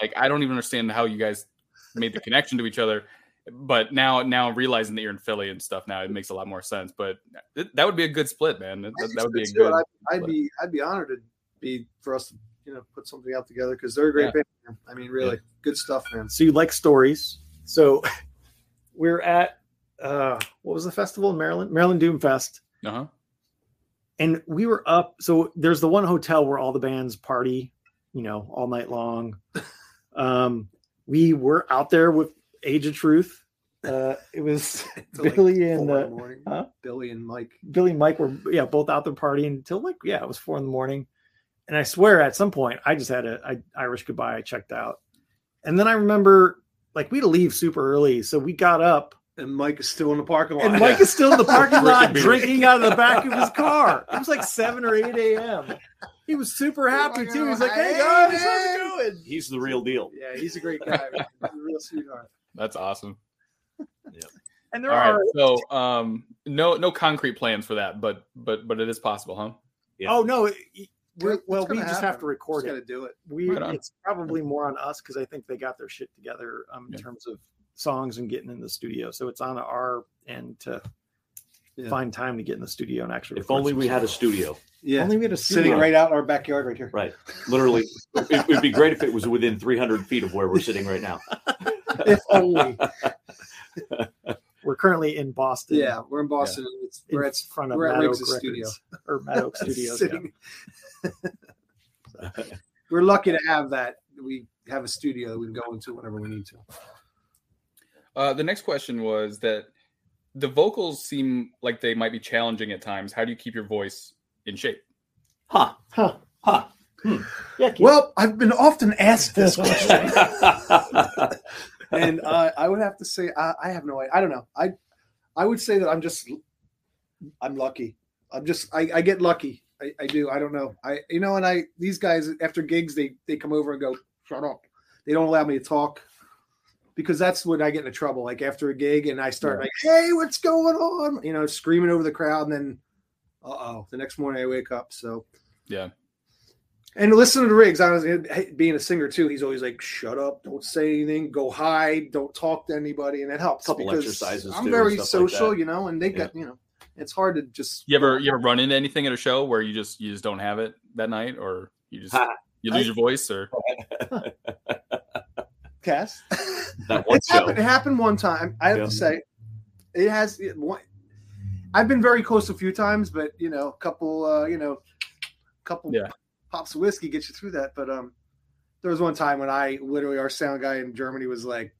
Like, I don't even understand how you guys made the connection to each other. But now, now realizing that you're in Philly and stuff, now it makes a lot more sense. But th- that would be a good split, man. That, that would be a
Too, and
good.
I'd, I'd be I'd be honored to be for us to you know put something out together because they're a great band. man. I mean, really good stuff, man.
so you like stories so we're at uh what was the festival in maryland maryland doomfest
Uh huh.
and we were up so there's the one hotel where all the bands party you know all night long um we were out there with age of truth uh it was
Till, like,
billy
four in
and
the
uh,
morning.
huh?
Billy and Mike.
billy and mike were yeah both out there partying until like yeah it was four in the morning and i swear at some point i just had a I, irish goodbye i checked out and then i remember like we had to leave super early so we got up
And Mike is still in the parking lot.
and Mike is still in the parking lot
Drinking beer.
drinking out of the back of his car. It was like 7 or 8 a.m. He was super
Oh
happy too. He's like, hey guys, how's it going?
going?
He's the real deal.
Yeah, he's a great guy. man. He's a real sweetheart.
That's awesome.
And
All
there
right.
are,
So, um, no, no concrete plans for that, but, but, but it is possible, huh?
Yeah.
oh no, it- we're,
It's
well, we
gonna
just
happen.
have to record
Just got to
it.
do it.
We,
Right on.
it's probably more on us because I think they got their shit together um, in
Yeah.
terms of songs and getting in the studio. So it's on our end to
Yeah.
find time to get in the studio and actually.
If
record
only
some
we had a
stuff.
studio.
If
Yeah,
Only we had a studio.
sitting right out in our backyard right here.
Right. Literally, it would be great if it was within 300 feet of where we're sitting right now.
if only.
We're currently in Boston.
Yeah, we're in Boston. It's,
in
we're at
front of
we're at
Mad Oak
Riggs'
Records
studio.
or Mad Oak Studios. yeah.
Sitting- We're lucky to have that. We have a studio that we can go into whenever we need to.
Uh, the next question was that the vocals seem like they might be challenging at times. How do you keep your voice in shape?
Huh.
Huh.
Huh.
Yeah, keep
Well, I've been often asked this question, and uh, I would have to say I, I have no idea. I don't know. I I would say that I'm just I'm lucky. I'm just I, I get lucky. I, I do. I don't know. I you know, and I these guys after gigs they they come over and go shut up. They don't allow me to talk because that's when I get into trouble. Like after a gig and I start like, hey, what's going on? You know, screaming over the crowd, and then uh oh, the next morning I wake up. So
Yeah.
And listen to the rigs. Honestly, being a singer too, he's always like, "Shut up! Don't say anything. Go hide. Don't talk to anybody," and it helps.
Couple
because
exercises,
I'm
too, and
very
stuff like
social,
that.
you know, and they got you know, it's hard to just.
You ever you ever run into anything at a show where you just you just don't have it that night, or you just
Ha.
you lose your voice, or
Cass?
That one
it's
show.
happened. It happened one time. I have
Yeah.
to say, it has. It, one, I've been very close a few times, but you know, a couple, uh, you know, couple
Yeah.
pops of whiskey gets you through that. But um, there was one time when I literally our sound guy in Germany was like,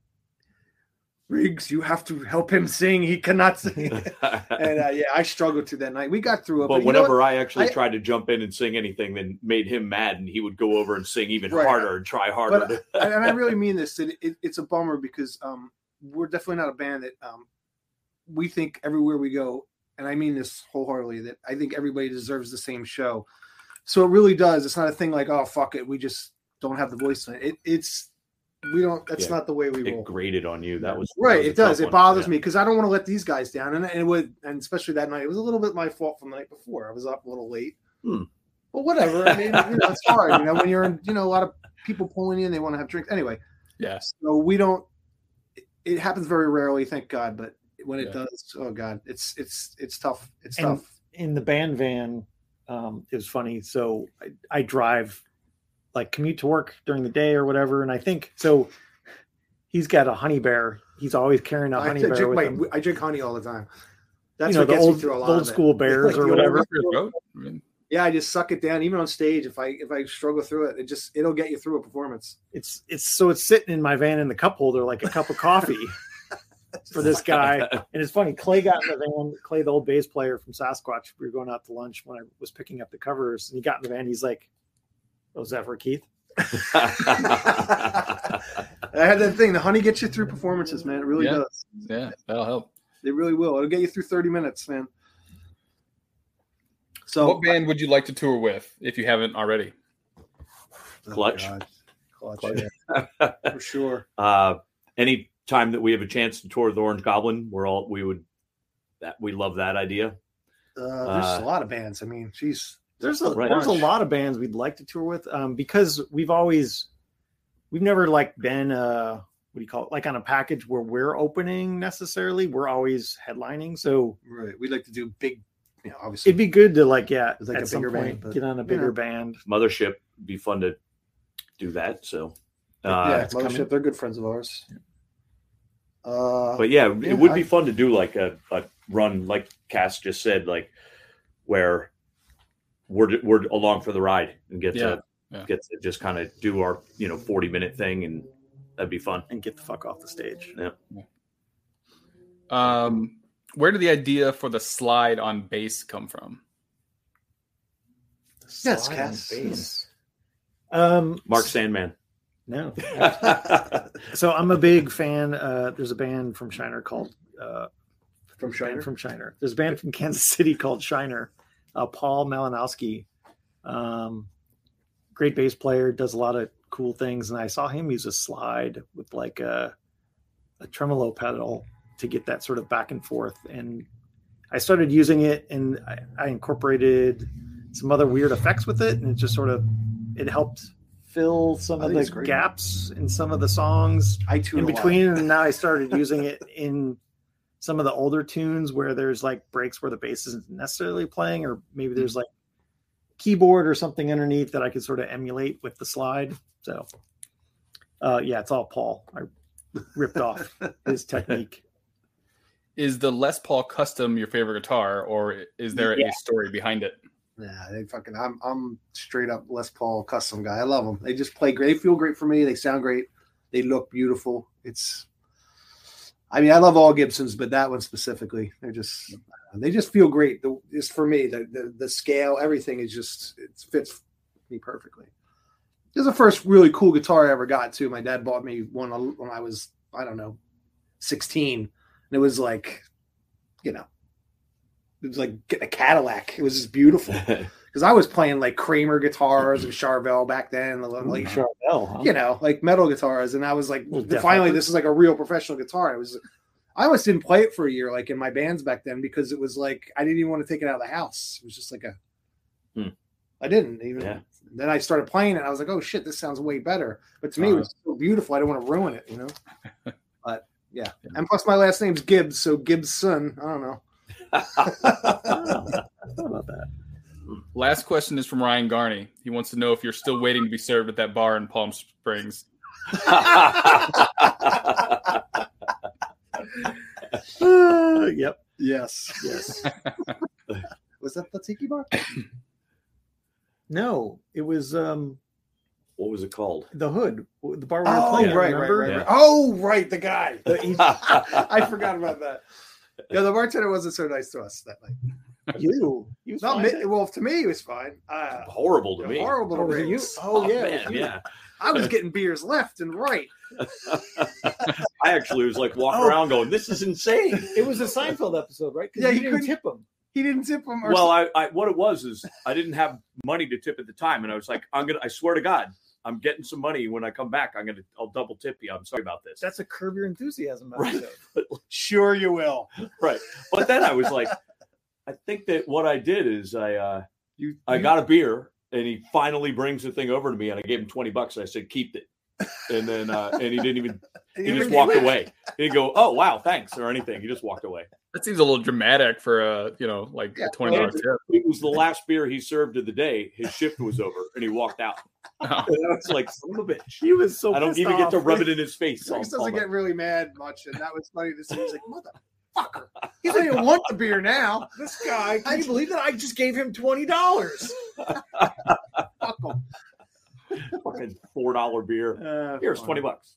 "Riggs, you have to help him sing. He cannot sing." and uh, yeah, I struggled through that night. We got through it,
but
you know what?
whenever I actually
I-
tried to jump in and sing anything, then made him mad, and he would go over and sing even
Right.
harder and try harder.
But and, and I really mean this. That it, it's a bummer because um, we're definitely not a band that um, we think everywhere we go, and I mean this wholeheartedly. That I think everybody deserves the same show. So it really does. It's not a thing like oh fuck it, we just don't have the voice. In it. it it's we don't. That's
Yeah.
not the way we roll.
it grated on you. That was that
Right,
was
it
a tough
does. It
one.
bothers
Yeah.
me because I don't want to let these guys down, and, and it would, and especially that night, it was a little bit my fault from the night before. I was up a little late,
Hmm.
but whatever. I mean, you know, it's hard. You know, when you're in, you know, a lot of people pulling in, they want to have drinks anyway.
yeah,
So we don't. It, it happens very rarely, thank God. But when it
Yeah.
does, oh God, it's it's it's tough. It's
And-
tough.
in the band van um it was funny so I, I drive like commute to work during the day or whatever and i think so he's got a honey bear he's always carrying a
I,
honey bear
drink,
with
wait,
him
I drink honey all the time. That's
you know
what
the
gets me
old,
through a lot.
old
of it.
school bears
Like
or
the old-
whatever
Your throat? I mean,
Yeah, I just suck it down. Even on stage, if I if I struggle through it, it just it'll get you through a performance.
it's it's so it's sitting in my van in the cup holder like a cup of coffee for this guy and it's funny clay got in the van clay the old bass player from sasquatch we were going out to lunch when i was picking up the covers and he got in the van he's like oh is that for keith
I had that thing. The honey gets you through performances, man. It really
Yeah.
does.
yeah, that'll help.
It really will. It'll get you through 30 minutes, man. So
what band would you like to tour with if you haven't already?
Oh,
Clutch?
God. Clutch. yeah. For sure.
uh, any time that we have a chance to tour the Orange Goblin, we're all we would that we love that idea.
Uh,
Uh,
there's a lot of bands. I mean, jeez.
there's a
Right.
there's a
Bunch.
lot of bands we'd like to tour with um because we've always we've never like been uh what do you call it like on a package where we're opening necessarily we're always headlining so
Right. We'd like to do big, you know, obviously.
it'd be good to like yeah
With, like,
at
a
some
bigger
point
band, but,
get on a
you
bigger
know.
band
Mothership be fun to do that. So,
yeah,
uh,
it's coming.
Mothership. They're good friends of ours. Uh,
but yeah,
Yeah,
it would
I-
be fun to do like a, a run, like Cass just said, like where we're we're along for the ride and get to
Yeah, yeah.
get to just kind of do our you know forty minute thing, and that'd be fun.
and get the fuck off the stage
Um, where did the idea for the slide on bass come from?
yes,
Slide
Cass.
on bass. um
Mark Sandman.
no so i'm a big fan uh there's a band from shiner called uh
From
band
Shiner.
from Shiner. There's a band from Kansas City called Shiner. Uh, Paul Malinowski, um, great bass player, does a lot of cool things. And I saw him use a slide with like a, a tremolo pedal to get that sort of back and forth. And I started using it, and I, I incorporated some other weird effects with it, and it just sort of it helped fill some
I
of
think
the
it's Oh, great.
gaps in some of the songs
I tune
in
a lot.
between and now i started using it in some of the older tunes where there's like breaks where the bass isn't necessarily playing or maybe
Mm-hmm.
there's like keyboard or something underneath that i could sort of emulate with the slide so uh yeah it's all paul i ripped off his technique
Is the Les Paul custom your favorite guitar, or is there a story behind it?
Nah, they fucking. I'm I'm straight up Les Paul custom guy. I love them. They just play great. They feel great for me. They sound great. They look beautiful. It's. I mean, I love all Gibsons, but that one specifically, they're just they just feel great. The, it's for me. The, the the scale, everything is just it fits me perfectly. This is the first really cool guitar I ever got too. My dad bought me one when I was I don't know, sixteen, and it was like, you know, it was like getting a Cadillac. It was just beautiful because I was playing like Kramer guitars and Charvel back then, like
Charvel,
you know, like metal guitars, and I was like,
Well,
finally,
definitely.
this is like a real professional guitar. It was, I almost didn't play it for a year, like in my bands back then, because it was like I didn't even want to take it out of the house. It was just like a,
Hmm.
I didn't even.
Yeah.
Then I started playing it. and I was like, oh shit, this sounds way better. But to me, it
Uh-huh.
was so beautiful. I didn't want to ruin it, you know. But yeah, and plus my last name's Gibbs, so Gibson. I don't know.
about that.
Last question is from Ryan Garney. He wants to know if you're still waiting to be served at that bar in Palm Springs.
Uh, yep.
Yes.
Yes.
Was that the tiki bar?
No, it was um
what was it called?
the hood, the bar we were
Oh,
playing.
right, right, right,
remember?
right.
Yeah.
Oh, right, the guy. I
I
forgot about that. Yeah, the bartender wasn't so nice to us that night.
You. You
Not
fine.
mi- well, to me, it was fine. Uh,
Horrible to me.
horrible to
Oh, was it you?
raise.
Oh, yeah, it was
man, yeah.
I was getting beers left and right.
I actually was like walking
Oh.
around going, "This is insane."
It was a Seinfeld episode, right? 'Cause
Yeah,
you
you
didn't
couldn't-
tip them.
He didn't tip him. Or
Well, I, I what it was is I didn't have money to tip at the time, and I was like, "I'm gonna." I swear to God, I'm getting some money when I come back. I'm gonna. I'll double tip you. I'm sorry about this.
That's a curb your enthusiasm
Right.
episode.
sure you will.
But then I was like, I think that what I did is I uh,
You,
I got a beer, and he finally brings the thing over to me, and I gave him twenty bucks. And I said, "Keep it," and then uh, and he didn't even. He
you- you
just
didn't
walked
leave.
away. He didn't go, "Oh wow, thanks" or anything. He just walked away.
That seems a little dramatic for a you know like
Yeah,
a twenty dollar
well,
tip.
It was the last beer he served of the day. His shift was over, and he walked out. And I was like, "Son of a bitch."
He was so
I don't
pissed
even get to
off.
rub it in his face.
Reese
all- all
doesn't
night.
get really mad much, and that was funny to see. He's like, motherfucker. He doesn't even want the beer now.
This guy,
I
can you believe that? I just gave him twenty dollars.
Fuck him.
fucking four dollar beer.
Uh,
Here's
fine.
twenty bucks.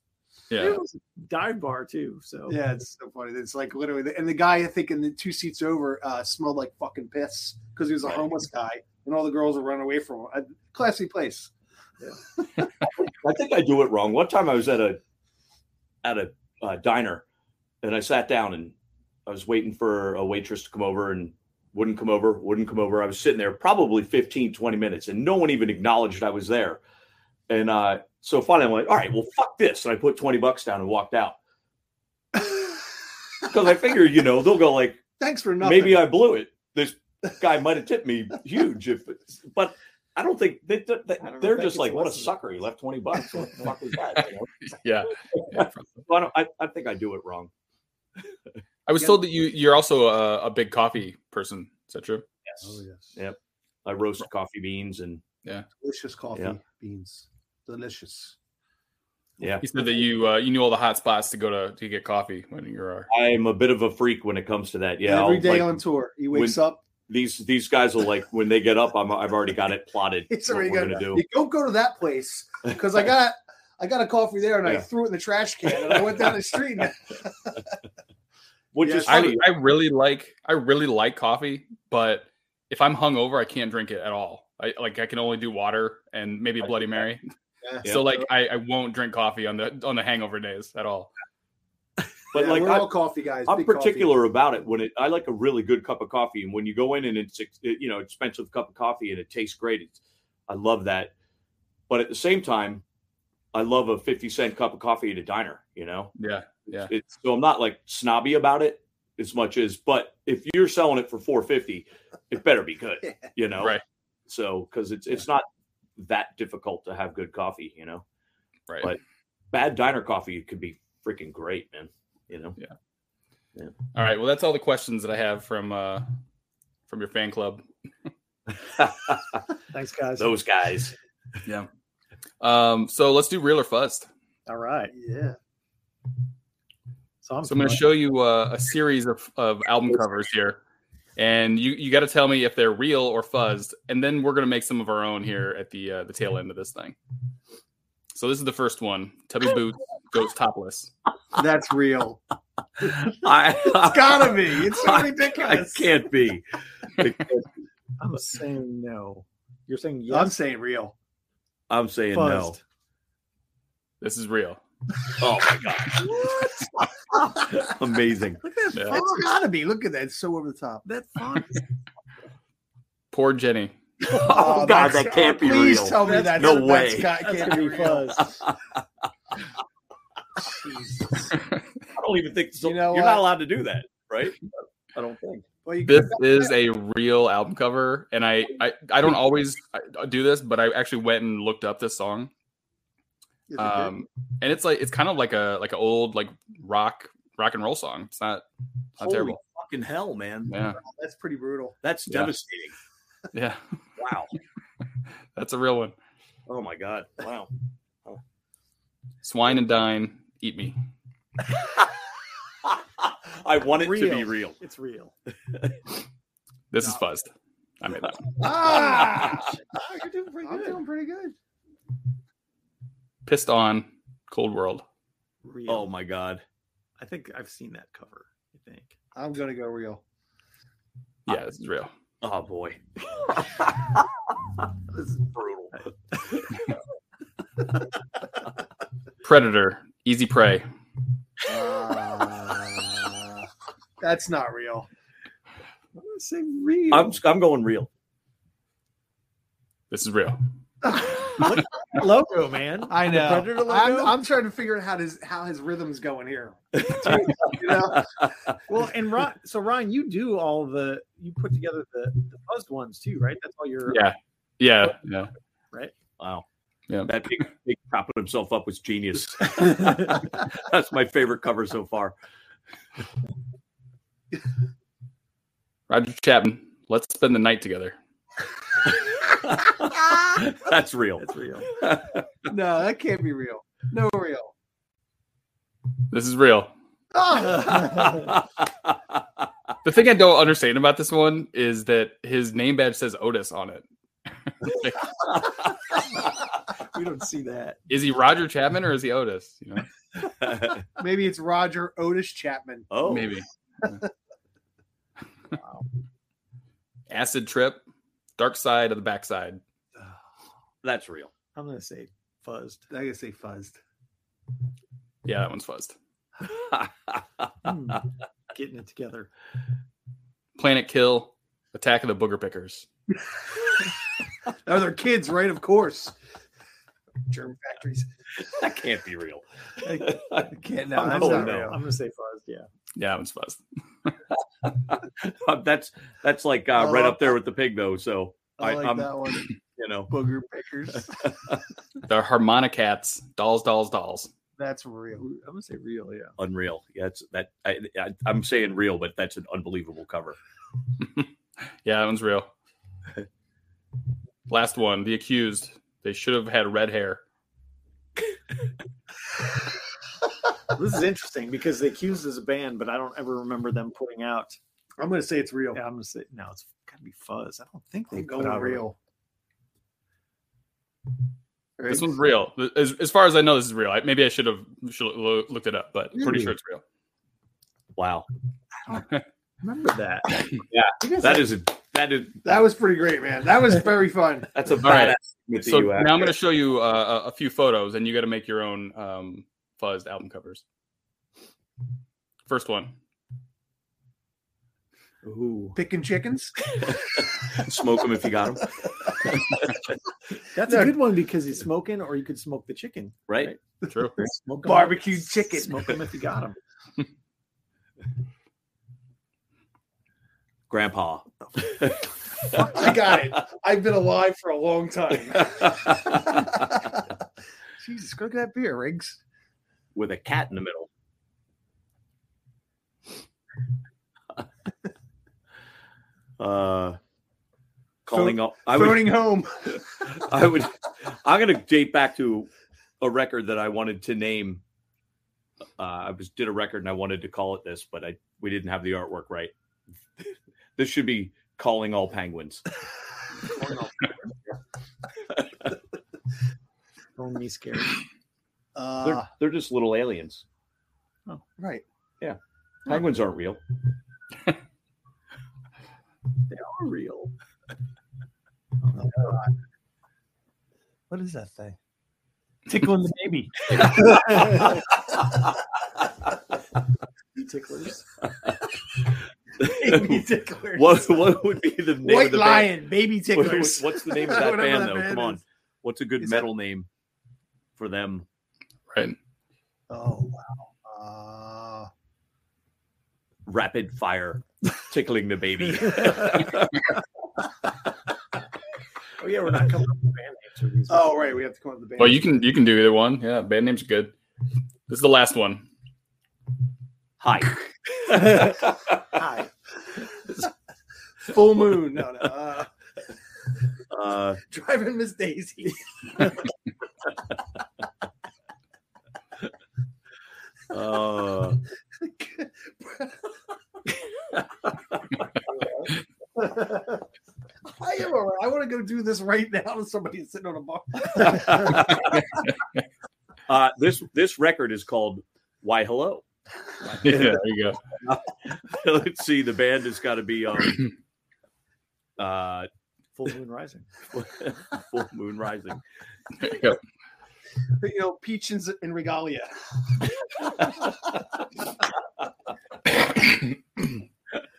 Yeah,
It was a dive bar too. So
Yeah, it's so funny. It's like literally, and the guy I think in the two seats over uh, smelled like fucking piss because he was a homeless guy, and all the girls were running away from him. A classy place.
I think I do it wrong. One time I was at a at a uh, diner, and I sat down and I was waiting for a waitress to come over and wouldn't come over, wouldn't come over. I was sitting there probably 15, 20 minutes, and no one even acknowledged I was there. And uh, so finally, I'm like, all right, well, fuck this. And I put 20 bucks down and walked out because I figured, you know, they'll go like,
Thanks for nothing.
maybe I blew it. This guy might have tipped me huge, if, but I don't think they, they,
I don't
they're
think
just
it's
like, what a
listening.
sucker! He left twenty bucks. What the fuck was that? You know?
yeah.
So I, don't, I, I think I do it wrong.
I was
Yeah.
told that you you're also a, a big coffee person. Is that true?
Oh, Yes,
yes,
Yeah. I roast coffee beans and
delicious coffee
Yeah.
beans, delicious.
yeah,
He said that you uh, you knew all the hot spots to go to to get coffee when you were.
I'm a bit of a freak when it comes to that. Yeah,
every
I'll,
day
like,
on tour, he wakes up.
these these guys will like when they get up. I'm I've already got it plotted.
It's
what
already
we're
good.
gonna do.
You don't go to that place because I got I got a coffee there and I
Yeah.
threw it in the trash can and I went down the street. And,
Which
Yeah,
is
I,
funny.
I really like I really like coffee, but if I'm hungover, I can't drink it at all. I like I can only do water and maybe a Bloody Mary.
Yeah.
So like I, I won't drink coffee on the on the hangover days at all.
but
Yeah,
like
we're
I,
all coffee guys.
I'm
big coffee.
particular about it when it. I like a really good cup of coffee, and when you go in and it's ex- you know expensive cup of coffee and it tastes great, it's, I love that. But at the same time, I love a fifty cent cup of coffee at a diner. You know,
Yeah.
It's- it's, so I'm not like snobby about it as much as. But if you're selling it for four fifty, it better be good.
Yeah.
You know,
Right.
So because it's it's not that difficult to have good coffee. You know,
Right.
But- bad diner coffee could be freaking great, man. You know.
all right. Well that's all the questions that I have from uh from your fan club.
thanks, guys.
Those guys.
Um so let's do real or fuzzed.
All right.
Yeah.
So I'm,
So I'm going to show you uh, a series of, of album covers here, and you you got to tell me if they're real or fuzzed, and then we're going to make some of our own here at the uh, the tail end of this thing. So this is the first one: Tubby Boots goes topless.
That's real.
I,
It's gotta be. It's so ridiculous.
It can't be.
I'm saying no. You're saying
I'm
yes.
saying real.
I'm saying
Buzzed.
This is real.
no. Oh my god,
What?
amazing! Oh,
Look at that
Yeah.
font. gotta be. Look at that. It's so over the top. That font.
Poor Jenny.
Oh, god,
that's-
that can't be
Please
real.
tell me that.
That's-
no
that,
way.
That can't be real. Jesus.
I don't even think so.
You
You
know
are
what?
not allowed to do that, right? I don't think.
Well, you
This is a real album cover, and I I, I don't always uh, do this, but I actually went and looked up this song.
Yes, I did.
Um, and it's like it's kind of like a like an old like rock rock and roll song. It's not not
Holy
terrible.
fucking hell, man!
Yeah,
that's pretty brutal.
That's
Yeah.
devastating.
yeah,
Wow.
that's a real one.
Oh my god. Wow.
Swine and dine, eat me.
I want it to be
Real.
real.
It's real.
This is
No.
fuzzed. I made that. one.
Ah, you're doing pretty good. I'm doing pretty good.
Pissed on, cold world.
Real.
Oh my god.
I think I've seen that cover. I think.
I'm gonna go real.
Yeah, this is real.
Oh boy. this is brutal.
Predator, easy prey.
Ah, that's not real.
I'm gonna say real.
I'm I'm going real.
This is real.
logo, man.
I know.
Predator
I'm,
logo?
I'm trying to figure out how his how his rhythm's going here. You know?
Well, and Ron, so Ron, you do all the you put together the the buzzed ones too, right? That's all your
Yeah, yeah, yeah.
Wow.
Yeah.
That big, big propping himself up was genius. That's my favorite cover so far.
Roger Chapman, let's spend the night together.
That's real.
That's real.
no, that can't be real. No real.
This is real.
Ah.
The thing I don't understand about this one is that his name badge says Otis on it.
We don't see that.
Is he Roger Chapman or is he Otis? You know,
Maybe it's Roger Otis Chapman.
oh,
maybe. Acid trip, dark side of the backside.
that's real.
I'm gonna say buzzed.
I gotta say fuzzed.
Yeah, that one's fuzzed.
Hmm. Getting it together.
Planet kill, attack of the booger pickers.
Oh, they're kids, right? Of course. Germ factories.
that can't be real.
Can't,
I'm,
no, that's
Oh,
not
no.
real.
I'm gonna say buzzed. Yeah.
Yeah, that one's fuzzed.
Um, that's that's like uh, right
Oh.
up there with the pig though. So
I like
I'm-
that one.
you know,
Booger pickers.
The harmonicats, dolls, dolls, dolls.
That's real.
I'm gonna say real. Yeah.
unreal. Yeah, it's that. I, I, I'm saying real, but that's an unbelievable cover.
Yeah, that one's real. Last one, the accused. They should have had red hair.
This is interesting because the accused is a band, but I don't ever remember them putting out.
I'm gonna say it's real.
Yeah, I'm gonna say no. It's gotta be fuzz. I don't think they
I'm
go
going real.
This
Right?
one's real. As, as far as I know, this is real. I, maybe I should have should have loo- looked it up, but I'm pretty sure it's real.
Wow,
Remember that?
that is a, that is
That was pretty great, man. That was very fun.
that's a badass
All right.
with
So
you.
now I'm going to show you uh, a a few photos, and you got to make your own um, fuzzed album covers. First one.
Ooh,
Picking chickens.
after. smoke them if you got them,
that's
No.
a good one because he's smoking, or you could smoke the chicken.
right?
Right.
True.
Smoke 'em.
Barbecue chicken.
Smoke them if you got them.
Grandpa.
I got it. I've been alive for a long time. Jesus, go get that beer, Riggs.
with a cat in the middle. uh, calling all. I would.
Phoning home.
I would. I'm going to date back to a record that I wanted to name. Uh, I was did a record and I wanted to call it this, but I we didn't have the artwork right. this should be calling all penguins.
Don't be scared.
Uh,
They're, they're just little aliens.
right.
Penguins aren't real.
Oh
They are real.
What is that thing? Tickling the baby.
Ticklers.
Baby ticklers.
what what would be the name of
White
the
lion, baby
band? What-
ticklers.
what's the name of that
Whatever
band
that
though?
band
Come on,
is.
what's a good
It's-
metal name for them?
Right.
Oh wow.
Rapid fire, tickling the baby.
Oh yeah, we're not coming up with band names for these.
Oh right, we have to come up with the band.
Well, you can you can do either one. Yeah, band name's good. This is the last one.
Hi. Uh,
Hi. Full moon. No, no. Uh,
uh,
driving Miss Daisy.
uh,
I am all right. I want to go do this right now to somebody sitting on a bar.
uh, this this record is called Why Hello.
yeah, there you go.
Let's see. The band has got to be um, uh,
Full Moon Rising.
Full Moon Rising.
There you go.
You know, peaches and regalia.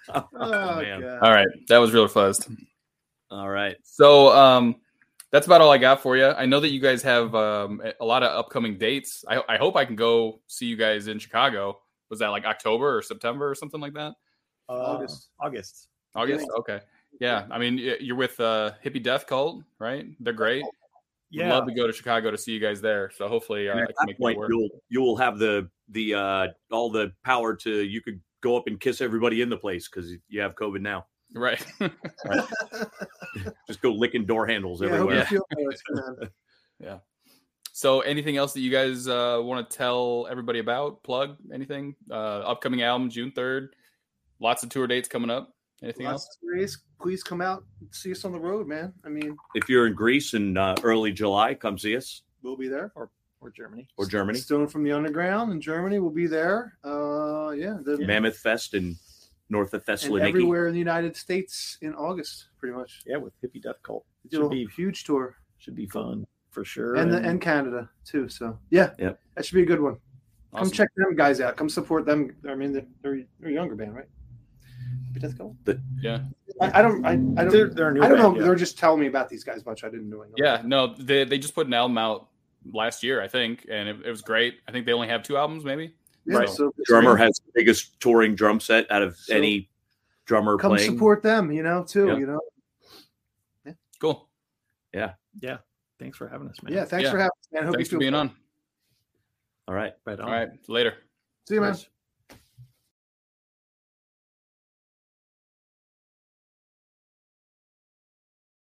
Oh,
Oh,
man.
God.
All right, that was real fuzzed.
All right.
So um, that's about all I got for you. I know that you guys have um, a lot of upcoming dates. I, I hope I can go see you guys in Chicago. Was that like October or September or something like that?
Uh,
August.
August.
August. Okay. Yeah. I mean, y- you're with uh, Hippie Death Cult, right? They're great. Would
Yeah.
love to go to Chicago to see you guys there. So hopefully uh, I
And
can
at that
make it
point,
work.
you'll you'll have the the uh, all the power to you could go up and kiss everybody in the place because you have COVID now.
Right.
Just go licking door handles
Yeah, I hope
everywhere.
you feel better, man.
so anything else that you guys uh, want to tell everybody about? Plug anything? Uh, upcoming album June third. Lots of tour dates coming up. Anything
Lots
else?
of stories. Please come out and see us on the road, man. I mean,
If you're in Greece in uh, early July, come see us
we'll be there.
Or Germany.
or Germany.
Stone from the Underground in Germany will be there. Uh, yeah, the,
Mammoth Fest in north of
and
Thessaloniki.
everywhere in the United States in August, pretty much.
Yeah, with Hippie Death Cult. It
Do
should
a
be
huge tour.
should be fun for sure.
and the, and Canada too. So yeah,
Yep.
that should be a good one.
Awesome.
Come check them guys out. Come support them. I mean, they're, they're, they're a younger band, right? But that's cool.
Yeah.
I, I don't. I, I don't.
they're, they're a new
I don't know.
band, yeah.
They're just telling me about these guys much. I didn't know. anything.
Yeah, no, they they just put an album out last year, I think, and it, it was great. I think they only have two albums, maybe.
yeah
Right.
So
Drummer has the biggest touring drum set out of
So-
any drummer
come
playing.
support them. You know, too.
Yeah.
You know.
Cool.
Thanks for having us, man.
Yeah. Thanks
Yeah.
for having us, man. Hope
Thanks
you
for
feel
being on.
All right.
Right on.
All right, later.
See you, man.
Cheers.